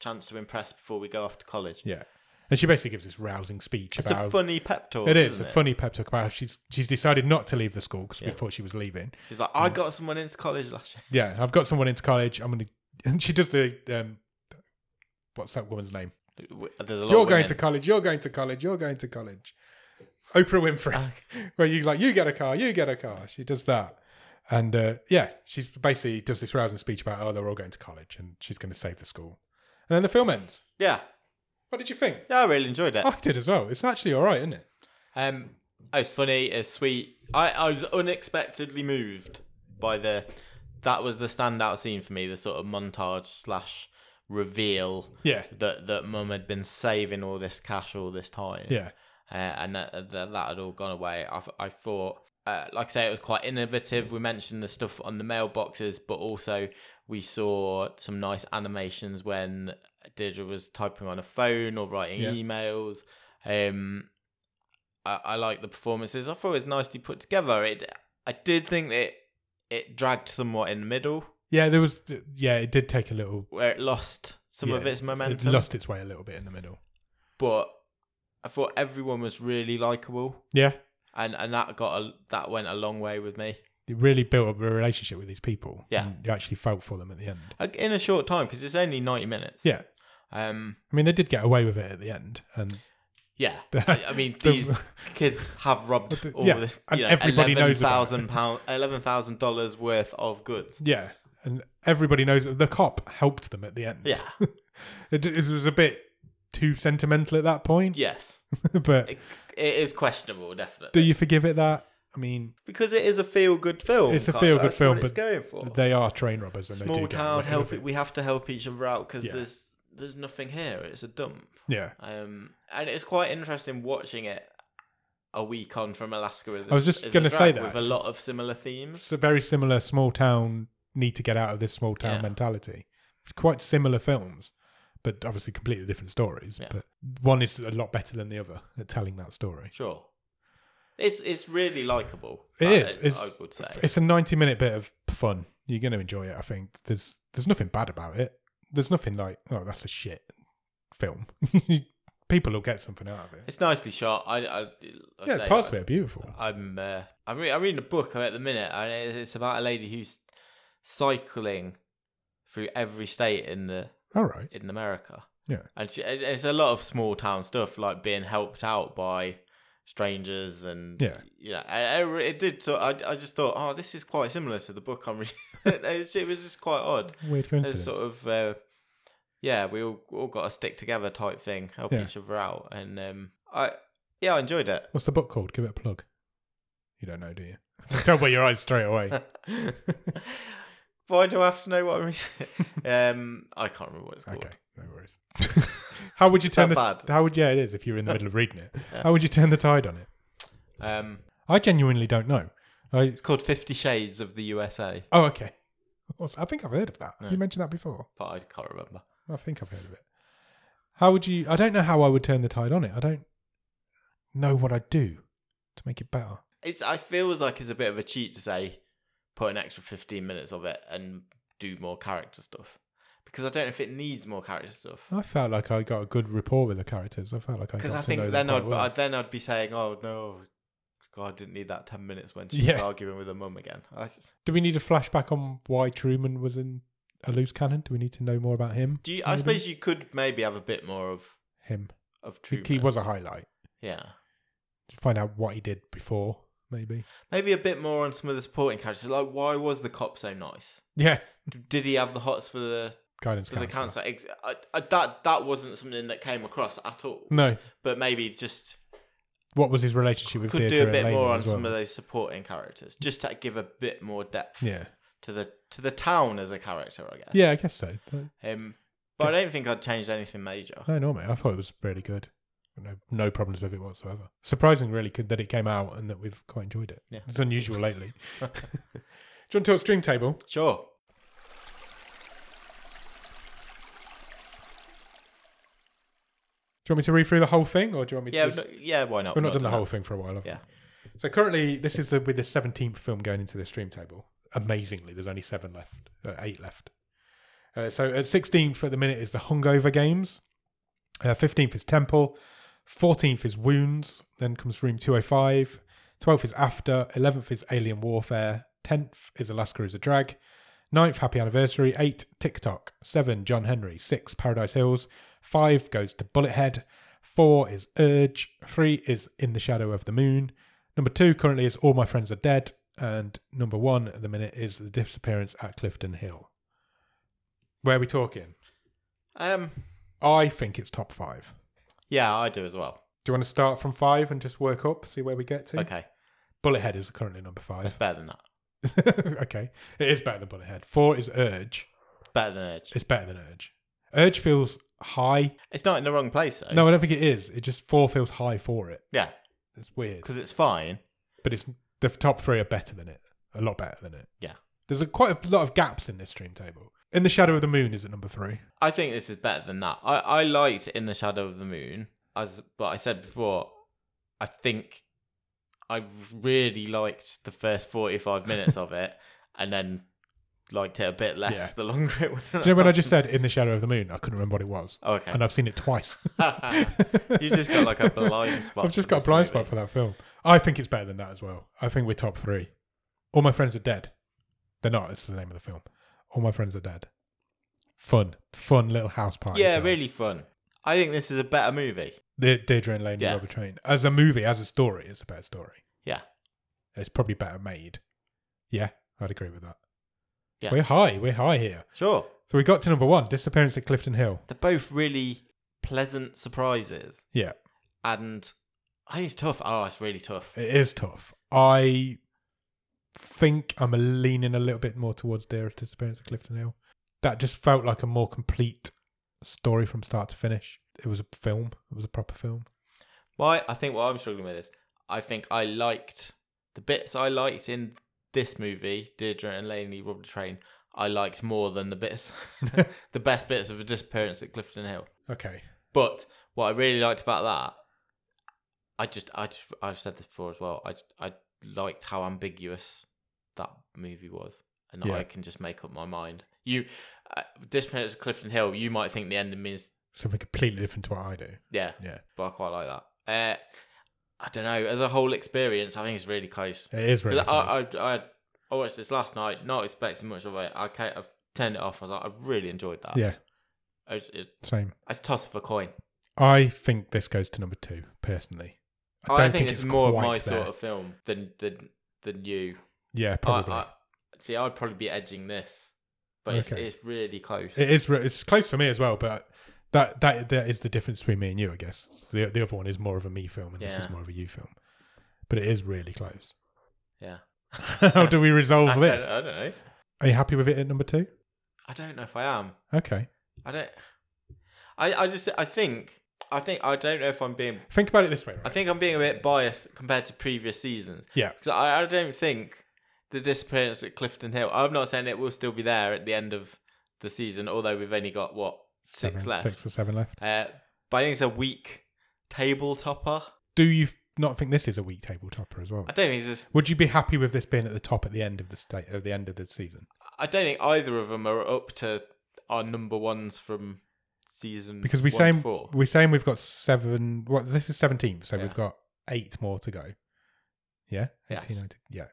Speaker 2: chance to impress before we go off to college.
Speaker 1: yeah, and she basically gives this rousing speech
Speaker 2: It's
Speaker 1: about.
Speaker 2: a funny pep talk.
Speaker 1: it is
Speaker 2: isn't
Speaker 1: a funny pep talk about how she's she's decided not to leave the school because we thought she was leaving.
Speaker 2: She's like, I got someone into college last year.
Speaker 1: Yeah, I've got someone into college. I'm gonna. And she does the um, what's that woman's name?
Speaker 2: There's a lot
Speaker 1: You're going
Speaker 2: of women.
Speaker 1: to college. You're going to college. You're going to college. Oprah Winfrey,
Speaker 2: Ah.
Speaker 1: where you like you get a car, you get a car. She does that, and uh, yeah, she basically does this rousing speech about oh they're all going to college and she's going to save the school, and then the film ends.
Speaker 2: Yeah,
Speaker 1: What did you think?
Speaker 2: yeah, I really enjoyed it.
Speaker 1: I did as well. It's actually all right, isn't it?
Speaker 2: Um, it was funny. It's sweet. I, I was unexpectedly moved by the. That was the standout scene for me. The sort of montage slash reveal
Speaker 1: Yeah,
Speaker 2: that that mum had been saving all this cash all this time.
Speaker 1: yeah,
Speaker 2: Uh, and that, that that had all gone away. I, I thought, uh, like I say, it was quite innovative. We mentioned the stuff on the mailboxes, but also we saw some nice animations when Deirdre was typing on a phone or writing
Speaker 1: Yeah.
Speaker 2: emails. Um, I, I like the performances. I thought it was nicely put together. It, I did think that it, it dragged somewhat in the middle
Speaker 1: yeah. There was yeah, it did take a little.
Speaker 2: where it lost some of
Speaker 1: yeah,
Speaker 2: its momentum.
Speaker 1: It lost its way a little bit in the middle.
Speaker 2: But I thought everyone was really likable.
Speaker 1: Yeah,
Speaker 2: and and that got a, that went a long way with me
Speaker 1: it really built up a relationship with these people.
Speaker 2: Yeah.
Speaker 1: and you actually felt for them at the end.
Speaker 2: Like, in a short time because it's only ninety minutes.
Speaker 1: Yeah,
Speaker 2: Um.
Speaker 1: I mean they did get away with it at the end, and
Speaker 2: Yeah,
Speaker 1: The-
Speaker 2: I mean
Speaker 1: the-
Speaker 2: these kids have robbed
Speaker 1: But the-
Speaker 2: all
Speaker 1: yeah,
Speaker 2: this,
Speaker 1: and
Speaker 2: you know,
Speaker 1: everybody
Speaker 2: eleven
Speaker 1: knows about
Speaker 2: thousand pound, eleven thousand dollars worth of goods.
Speaker 1: Yeah, and everybody knows the cop helped them at the end.
Speaker 2: Yeah,
Speaker 1: it, it was a bit too sentimental at that point,
Speaker 2: yes,
Speaker 1: but
Speaker 2: it, it is questionable, definitely,
Speaker 1: do you forgive it that? I mean,
Speaker 2: because it is a feel-good film.
Speaker 1: It's a
Speaker 2: Kyle,
Speaker 1: feel-good
Speaker 2: that's
Speaker 1: film,
Speaker 2: what it's
Speaker 1: but
Speaker 2: going for
Speaker 1: they are train robbers and they do
Speaker 2: small
Speaker 1: get
Speaker 2: town.
Speaker 1: away
Speaker 2: Help
Speaker 1: with
Speaker 2: it. We have to help each other out because
Speaker 1: Yeah.
Speaker 2: there's there's nothing here. It's a dump.
Speaker 1: Yeah,
Speaker 2: Um, and it's quite interesting watching it a week on from Alaska. with-
Speaker 1: I was just
Speaker 2: as a
Speaker 1: gonna say
Speaker 2: drag
Speaker 1: that.
Speaker 2: with a lot of similar themes.
Speaker 1: it's a very similar small town need to get out of this small town
Speaker 2: Yeah.
Speaker 1: mentality. It's quite similar films, but obviously completely different stories.
Speaker 2: Yeah.
Speaker 1: But one is a lot better than the other at telling that story.
Speaker 2: Sure, it's it's really likable.
Speaker 1: It
Speaker 2: I-
Speaker 1: is.
Speaker 2: I,
Speaker 1: It's,
Speaker 2: I would say.
Speaker 1: it's a ninety-minute bit of fun. You're going to enjoy it. I think there's there's nothing bad about it. There's nothing like oh that's a shit film. People will get something out of it.
Speaker 2: It's nicely shot. I, I, I
Speaker 1: yeah,
Speaker 2: say,
Speaker 1: parts of
Speaker 2: I,
Speaker 1: it are beautiful.
Speaker 2: I'm uh, I'm, re- I'm reading a book at the minute, and it- it's about a lady who's cycling through every state in the
Speaker 1: All right.
Speaker 2: in America.
Speaker 1: Yeah.
Speaker 2: and she, it- it's a lot of small town stuff like being helped out by strangers and
Speaker 1: Yeah.
Speaker 2: you know, I, I re- it did. So I, I just thought, oh, this is quite similar to the book I'm reading. It's- it was just quite odd.
Speaker 1: Weird
Speaker 2: It's
Speaker 1: coincidence.
Speaker 2: sort of uh, yeah, we all all got to stick together type thing, help
Speaker 1: Yeah.
Speaker 2: each other out, and um, I yeah, I enjoyed it.
Speaker 1: What's the book called? Give it a plug. You don't know, do you? Tell by your eyes straight away.
Speaker 2: Why do I have to know what I'm reading? um, I can't remember what it's called.
Speaker 1: Okay, no worries. how would you
Speaker 2: It's
Speaker 1: turn the
Speaker 2: not bad.
Speaker 1: how would yeah it is if you were in the middle of reading it. How would you turn the tide on it?
Speaker 2: Um,
Speaker 1: I genuinely don't know. I
Speaker 2: it's called Fifty Shades of the USA,
Speaker 1: oh okay. Also, I think I've heard of that. Have You mentioned that before.
Speaker 2: but I can't remember.
Speaker 1: I think I've heard of it. How would you? I don't know how I would turn the tide on it. I don't know what I'd do to make it better.
Speaker 2: It's I feels like it's a bit of a cheat to say put an extra fifteen minutes of it and do more character stuff because I don't know if it needs more character stuff.
Speaker 1: I felt like I got a good rapport with the characters. I felt like I
Speaker 2: Because
Speaker 1: got
Speaker 2: I
Speaker 1: to
Speaker 2: think
Speaker 1: know
Speaker 2: then
Speaker 1: them
Speaker 2: I'd,
Speaker 1: quite well.
Speaker 2: I'd then I'd be saying, "Oh no, God, I didn't need that ten minutes when she was
Speaker 1: Yeah.
Speaker 2: arguing with her mum again." I just,
Speaker 1: Do we need a flashback on why Truman was in a loose cannon? Do we need to know more about him?
Speaker 2: do you, I
Speaker 1: Maybe?
Speaker 2: suppose you could maybe have a bit more of
Speaker 1: him?
Speaker 2: of
Speaker 1: He-
Speaker 2: Truman.
Speaker 1: He was a highlight.
Speaker 2: yeah,
Speaker 1: Find out what he did before, maybe.
Speaker 2: maybe a bit more on some of the supporting characters. Like, why was the cop so nice?
Speaker 1: Yeah,
Speaker 2: Did he have the hots for the
Speaker 1: guidance
Speaker 2: for the
Speaker 1: counselor.
Speaker 2: counselor? Ex- I, I, that that wasn't something that came across at all.
Speaker 1: No,
Speaker 2: But maybe just
Speaker 1: what was his relationship with
Speaker 2: could
Speaker 1: Deirdre
Speaker 2: do a bit
Speaker 1: and Lena
Speaker 2: more on
Speaker 1: as well?
Speaker 2: some of those supporting characters, just to give a bit more depth
Speaker 1: Yeah,
Speaker 2: to the to the town as a character. I guess.
Speaker 1: yeah, I guess so.
Speaker 2: Um, but I don't think I'd change anything major.
Speaker 1: No, no, mate. I thought it was really good. No, no problems with it whatsoever. Surprising, really, good that it came out and that we've quite enjoyed it.
Speaker 2: Yeah.
Speaker 1: It's unusual lately. do you want to talk stream table?
Speaker 2: Sure.
Speaker 1: Do you want me to read through the whole thing, or do you want me
Speaker 2: Yeah.
Speaker 1: to? just-
Speaker 2: no- yeah. Why not?
Speaker 1: We've not
Speaker 2: We've
Speaker 1: done the whole thing for a while. have we?
Speaker 2: Yeah.
Speaker 1: So currently, this is the with the seventeenth film going into the stream table. Amazingly, there's only seven left, uh, eight left. Uh, so at sixteenth at the minute is the Hungover Games. Uh, Fifteenth is Temple. Fourteenth is Wounds. Then comes Room Two Hundred Five. Twelfth is After. Eleventh is Alien Warfare. Tenth is Alaska is a Drag. 9th, Happy Anniversary. 8, TikTok. 7, John Henry. 6, Paradise Hills. 5 goes to Bullethead. 4 is Urge. 3 is In the Shadow of the Moon. Number 2 currently is All My Friends Are Dead. And number 1 at the minute is The Disappearance at Clifton Hill. Where are we talking?
Speaker 2: Um.
Speaker 1: I think it's top 5.
Speaker 2: Yeah, I do as well.
Speaker 1: Do you want to start from 5 and just work up, see where we get to?
Speaker 2: Okay,
Speaker 1: Bullethead is currently number 5.
Speaker 2: that's better than that.
Speaker 1: okay. It is better than Bullethead. 4 is Urge.
Speaker 2: Better than Edge.
Speaker 1: It's better than Urge. Urge feels high
Speaker 2: It's not in the wrong place though.
Speaker 1: No, I don't think it is. It just four feels high for it.
Speaker 2: Yeah,
Speaker 1: It's weird.
Speaker 2: because it's fine.
Speaker 1: But it's the top three are better than it. A lot better than it.
Speaker 2: Yeah.
Speaker 1: There's a, quite a lot of gaps in this stream table. In the Shadow of the Moon is at number three.
Speaker 2: I think this is better than that. I I liked In the Shadow of the Moon as, but I said before, I think I really liked the first forty five minutes of it, and then liked it a bit less
Speaker 1: Yeah.
Speaker 2: the longer it went.
Speaker 1: Do you know when I just said In the Shadow of the Moon? I couldn't remember what it was.
Speaker 2: on. okay.
Speaker 1: And I've seen it twice.
Speaker 2: You just got like a blind spot
Speaker 1: I've just
Speaker 2: for
Speaker 1: got a
Speaker 2: this
Speaker 1: blind
Speaker 2: movie.
Speaker 1: spot for that film. I think it's better than that as well. I think we're top three. All my friends are dead. They're not. It's the name of the film. All my friends are dead. Fun, fun little house party.
Speaker 2: Yeah,
Speaker 1: film.
Speaker 2: really fun. I think this is a better movie.
Speaker 1: The Deirdre and Lane
Speaker 2: Yeah.
Speaker 1: and Robert Train. As a movie, as a story, it's a better story.
Speaker 2: Yeah.
Speaker 1: It's probably better made. Yeah, I'd agree with that.
Speaker 2: Yeah.
Speaker 1: We're high. We're high here.
Speaker 2: Sure.
Speaker 1: So we got to number one Disappearance at Clifton Hill.
Speaker 2: They're both really pleasant surprises.
Speaker 1: Yeah,
Speaker 2: And I think it's tough. Oh, it's really tough.
Speaker 1: it is tough. I think I'm leaning a little bit more towards Dearest Disappearance at Clifton Hill. That just felt like a more complete story from start to finish. It was a film, it was a proper film.
Speaker 2: Why? I think what I'm struggling with is I think I liked the bits I liked in this movie, Deirdre and Laney robbed the train. I liked more than the bits, the best bits of a disappearance at Clifton Hill.
Speaker 1: Okay.
Speaker 2: But what I really liked about that, I just, I just, I've said this before as well. I, just, I liked how ambiguous that movie was, and
Speaker 1: Yeah.
Speaker 2: I can just make up my mind. You, uh, disappearance at Clifton Hill. You might think the ending means
Speaker 1: Something completely different to what I do.
Speaker 2: yeah,
Speaker 1: Yeah.
Speaker 2: but I quite like that. Uh, I don't know. As a whole experience, I think it's really close.
Speaker 1: It is really
Speaker 2: 'Cause
Speaker 1: close.
Speaker 2: I, I, I, I watched this last night, not expecting much of it. I can I've turned it off. I was like, I really enjoyed that.
Speaker 1: Yeah,
Speaker 2: it's, it's,
Speaker 1: same.
Speaker 2: it's a toss of a coin.
Speaker 1: I think this goes to number two, personally.
Speaker 2: I, think, it's, more of my
Speaker 1: quite there.
Speaker 2: sort of film than than than you.
Speaker 1: Yeah,
Speaker 2: I,
Speaker 1: probably.
Speaker 2: I, see, I'd probably be edging this, but
Speaker 1: Okay.
Speaker 2: it's, it's really close.
Speaker 1: It is. re- It's close for me as well, but that that that is the difference between me and you, I guess. The the other one is more of a me film, and this is
Speaker 2: Yeah.
Speaker 1: more of a you film. But it is really close.
Speaker 2: Yeah.
Speaker 1: How do we resolve
Speaker 2: I, don't,
Speaker 1: this?
Speaker 2: I don't know.
Speaker 1: Are you happy with it at number two?
Speaker 2: I don't know if I am.
Speaker 1: Okay.
Speaker 2: I don't. I, I just I think I think I don't know if I'm being
Speaker 1: Think about it this way. Right?
Speaker 2: I think I'm being a bit biased compared to previous seasons.
Speaker 1: Yeah.
Speaker 2: Because I, I don't think the disappearance at Clifton Hill, I'm not saying it will still be there at the end of the season, although we've only got, what, six
Speaker 1: Seven-
Speaker 2: left?
Speaker 1: Six or seven left.
Speaker 2: Uh, but I think it's a weak table topper.
Speaker 1: Do you f- not think this is a weak table topper as well?
Speaker 2: I don't think it's just,
Speaker 1: Would you be happy with this being at the top at the end of the state of the end of the season?
Speaker 2: I don't think either of them are up to our number ones from season
Speaker 1: Because we
Speaker 2: one
Speaker 1: saying
Speaker 2: to four.
Speaker 1: we're saying we've got seven. What this is seventeenth, so
Speaker 2: Yeah.
Speaker 1: we've got eight more to go. Yeah,
Speaker 2: Yeah.
Speaker 1: 18, 19, yeah.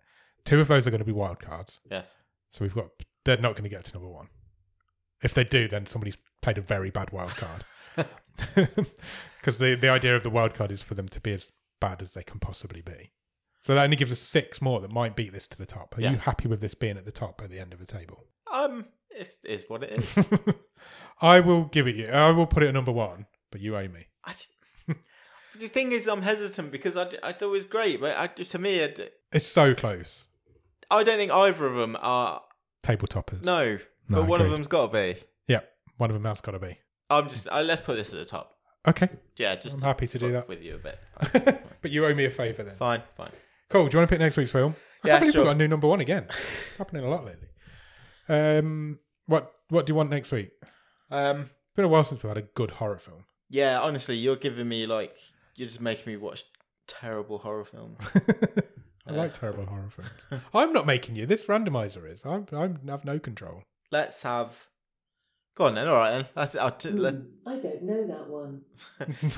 Speaker 1: Two of those are going to be wild cards,
Speaker 2: Yes.
Speaker 1: so we've got they're not going to get to number one. If they do, then somebody's played a very bad wild card. Because the the idea of the wild card is for them to be as bad as they can possibly be. So that only gives us six more that might beat this to the top. Are
Speaker 2: Yeah.
Speaker 1: you happy with this being at the top at the end of the table?
Speaker 2: Um, it is what it is.
Speaker 1: I will give it you. I will put it at number one, but you owe me.
Speaker 2: I d- the thing is, I'm hesitant because I, d- I thought it was great, but I, to me, I, d-
Speaker 1: It's so close.
Speaker 2: I don't think either of them are.
Speaker 1: Table toppers.
Speaker 2: No,
Speaker 1: No,
Speaker 2: but one of
Speaker 1: agreed.
Speaker 2: them's got to be.
Speaker 1: Yeah, one of them has got to be.
Speaker 2: I'm just. I, let's put this at the top.
Speaker 1: Okay.
Speaker 2: Yeah, just
Speaker 1: I'm happy to do
Speaker 2: fuck
Speaker 1: that.
Speaker 2: with you a bit.
Speaker 1: but you owe me a favour then.
Speaker 2: fine, fine.
Speaker 1: Cool. Do you want to pick next week's film? I
Speaker 2: Yeah,
Speaker 1: can't believe
Speaker 2: sure.
Speaker 1: we've got a new number one again. It's happening a lot lately. Um, what What do you want next week? It's
Speaker 2: Um,
Speaker 1: been a while since we've had a good horror film.
Speaker 2: yeah. Honestly, you're giving me like you're just making me watch terrible horror films.
Speaker 1: I like terrible horror films. I'm not making you. This randomizer is. I'm, I'm have no control.
Speaker 2: let's have. Go on then. All right then. Let's. I'll t- let's
Speaker 3: Hmm, I don't know that one.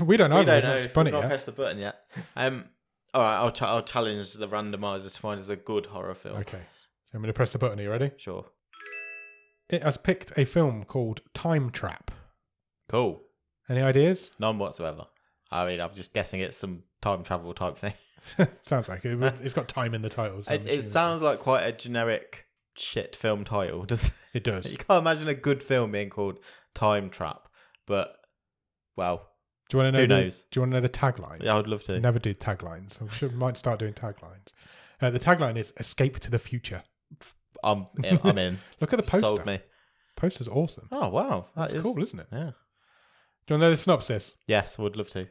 Speaker 1: we don't know.
Speaker 2: we
Speaker 1: We've
Speaker 2: don't know.
Speaker 1: not
Speaker 2: We've
Speaker 1: spun it
Speaker 2: not
Speaker 1: yet.
Speaker 2: pressed the button yet. Um. All right. I'll. T- I'll challenge the randomizer to find us a good horror film.
Speaker 1: Okay. I'm going to press the button. Are you ready?
Speaker 2: Sure.
Speaker 1: It has picked a film called Time Trap.
Speaker 2: Cool.
Speaker 1: Any ideas?
Speaker 2: None whatsoever. I mean, I'm just guessing it's some time travel type thing.
Speaker 1: Sounds like it. It's got time in the title. so I'm
Speaker 2: It, it
Speaker 1: assuming-
Speaker 2: sounds like quite a generic shit film title. Does
Speaker 1: It does.
Speaker 2: you
Speaker 1: Do
Speaker 2: can't imagine a good film being called Time Trap, but well,
Speaker 1: you want to know?
Speaker 2: Who
Speaker 1: the,
Speaker 2: knows?
Speaker 1: Do you want to know the tagline?
Speaker 2: yeah, I would love to.
Speaker 1: Never do taglines. I'm sure we might start doing taglines. Uh, the tagline is "Escape to the Future."
Speaker 2: I'm in. I'm in.
Speaker 1: Look at the poster.
Speaker 2: Sold me.
Speaker 1: Poster's awesome.
Speaker 2: Oh wow,
Speaker 1: That's
Speaker 2: That's
Speaker 1: cool, isn't it? Do
Speaker 2: Yeah.
Speaker 1: you want to know the synopsis?
Speaker 2: Yes, I would love to.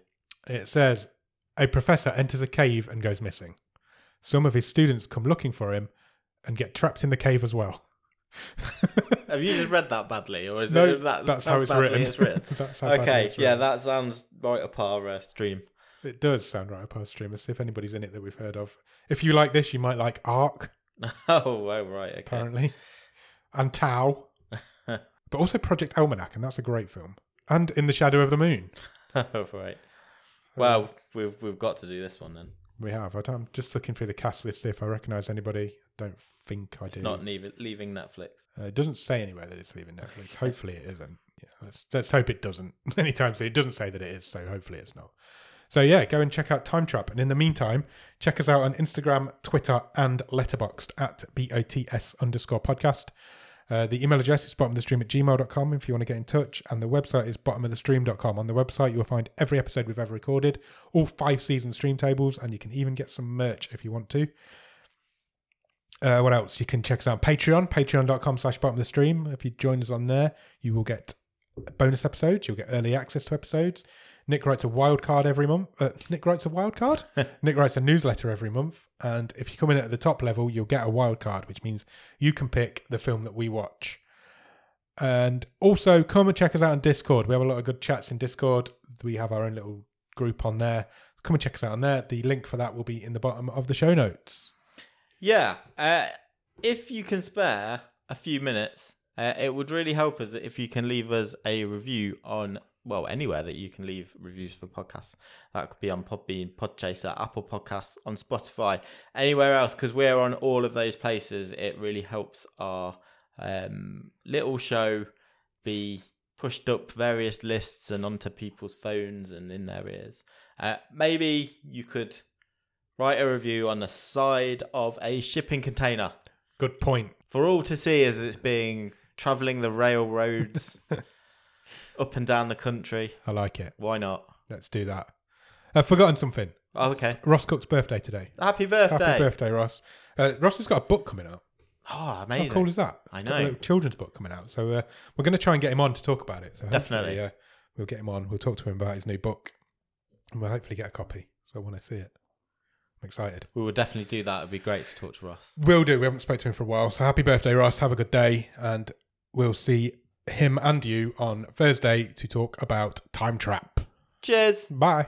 Speaker 1: It says, "A professor enters a cave and goes missing. Some of his students come looking for him and get trapped in the cave as well."
Speaker 2: Have you just read that badly, or is
Speaker 1: no,
Speaker 2: it that's,
Speaker 1: that's how it's
Speaker 2: badly
Speaker 1: written.
Speaker 2: It's written.
Speaker 1: that's how badly
Speaker 2: okay,
Speaker 1: it's
Speaker 2: yeah,
Speaker 1: written.
Speaker 2: that sounds right up our uh, stream.
Speaker 1: It does sound right up our stream. Let's see if anybody's in it that we've heard of. If you like this, you might like Ark,
Speaker 2: oh, oh, right, okay.
Speaker 1: apparently, and Tau, but also Project Almanac, and that's a great film. And In the Shadow of the Moon,
Speaker 2: Oh, right.
Speaker 1: Um,
Speaker 2: Well, we've we've got to do this one then.
Speaker 1: we have. I don't- I'm just looking through the cast list to see if I recognise anybody. Don't think I
Speaker 2: It's
Speaker 1: do.
Speaker 2: not leaving, leaving Netflix.
Speaker 1: Uh, it doesn't say anywhere that it's leaving Netflix. Hopefully, it isn't. yeah, let's let's hope it doesn't anytime soon. It doesn't say that it is, so hopefully it's not. So yeah, go and check out Time Trap, and in the meantime, check us out on Instagram, Twitter, and Letterboxd at bots underscore podcast. Uh, the email address is bottom of the stream at gmail.com if you want to get in touch, and the website is bottom of the stream.com. On the website, you will find every episode we've ever recorded, all five season stream tables, and you can even get some merch if you want to. Uh, what else? You can check us out on Patreon, patreon.com slash bottom of the stream. If you join us on there, you will get bonus episodes, you'll get early access to episodes. Nick writes a wild card every month. Uh, Nick writes a wild card? Nick writes a newsletter every month. And if you come in at the top level, you'll get a wild card, which means you can pick the film that we watch. And also come and check us out on Discord. We have a lot of good chats in Discord. We have our own little group on there. Come and check us out on there. The link for that will be in the bottom of the show notes.
Speaker 2: Yeah, uh, if you can spare a few minutes, uh, it would really help us if you can leave us a review on well anywhere that you can leave reviews for podcasts. That could be on Podbean, Podchaser, Apple Podcasts, on Spotify, anywhere else because we're on all of those places. It really helps our um, little show be pushed up various lists and onto people's phones and in their ears. Uh, maybe you could write a review on the side of a shipping container
Speaker 1: Good point.
Speaker 2: for all to see as it's being traveling the railroads up and down the country.
Speaker 1: I like it.
Speaker 2: Why not?
Speaker 1: Let's do that. I've forgotten something.
Speaker 2: Oh, okay.
Speaker 1: Ross Cook's birthday today.
Speaker 2: Happy birthday.
Speaker 1: Happy birthday, Ross. Uh, Ross has got a book coming out.
Speaker 2: Oh,
Speaker 1: How
Speaker 2: amazing.
Speaker 1: cool is that?
Speaker 2: I
Speaker 1: He's got a
Speaker 2: know.
Speaker 1: little children's book coming out. So uh, we're going to try and get him on to talk about it. So hopefully,
Speaker 2: Definitely.
Speaker 1: Uh, we'll get him on. We'll talk to him about his new book. And we'll hopefully get a copy. So I want to see it. I'm excited.
Speaker 2: We will definitely do that. It'd be great to talk to Ross.
Speaker 1: Will do. We haven't spoken to him for a while. So happy birthday, Ross. Have a good day. And we'll see him and you on Thursday to talk about Time Trap.
Speaker 2: Cheers.
Speaker 1: Bye.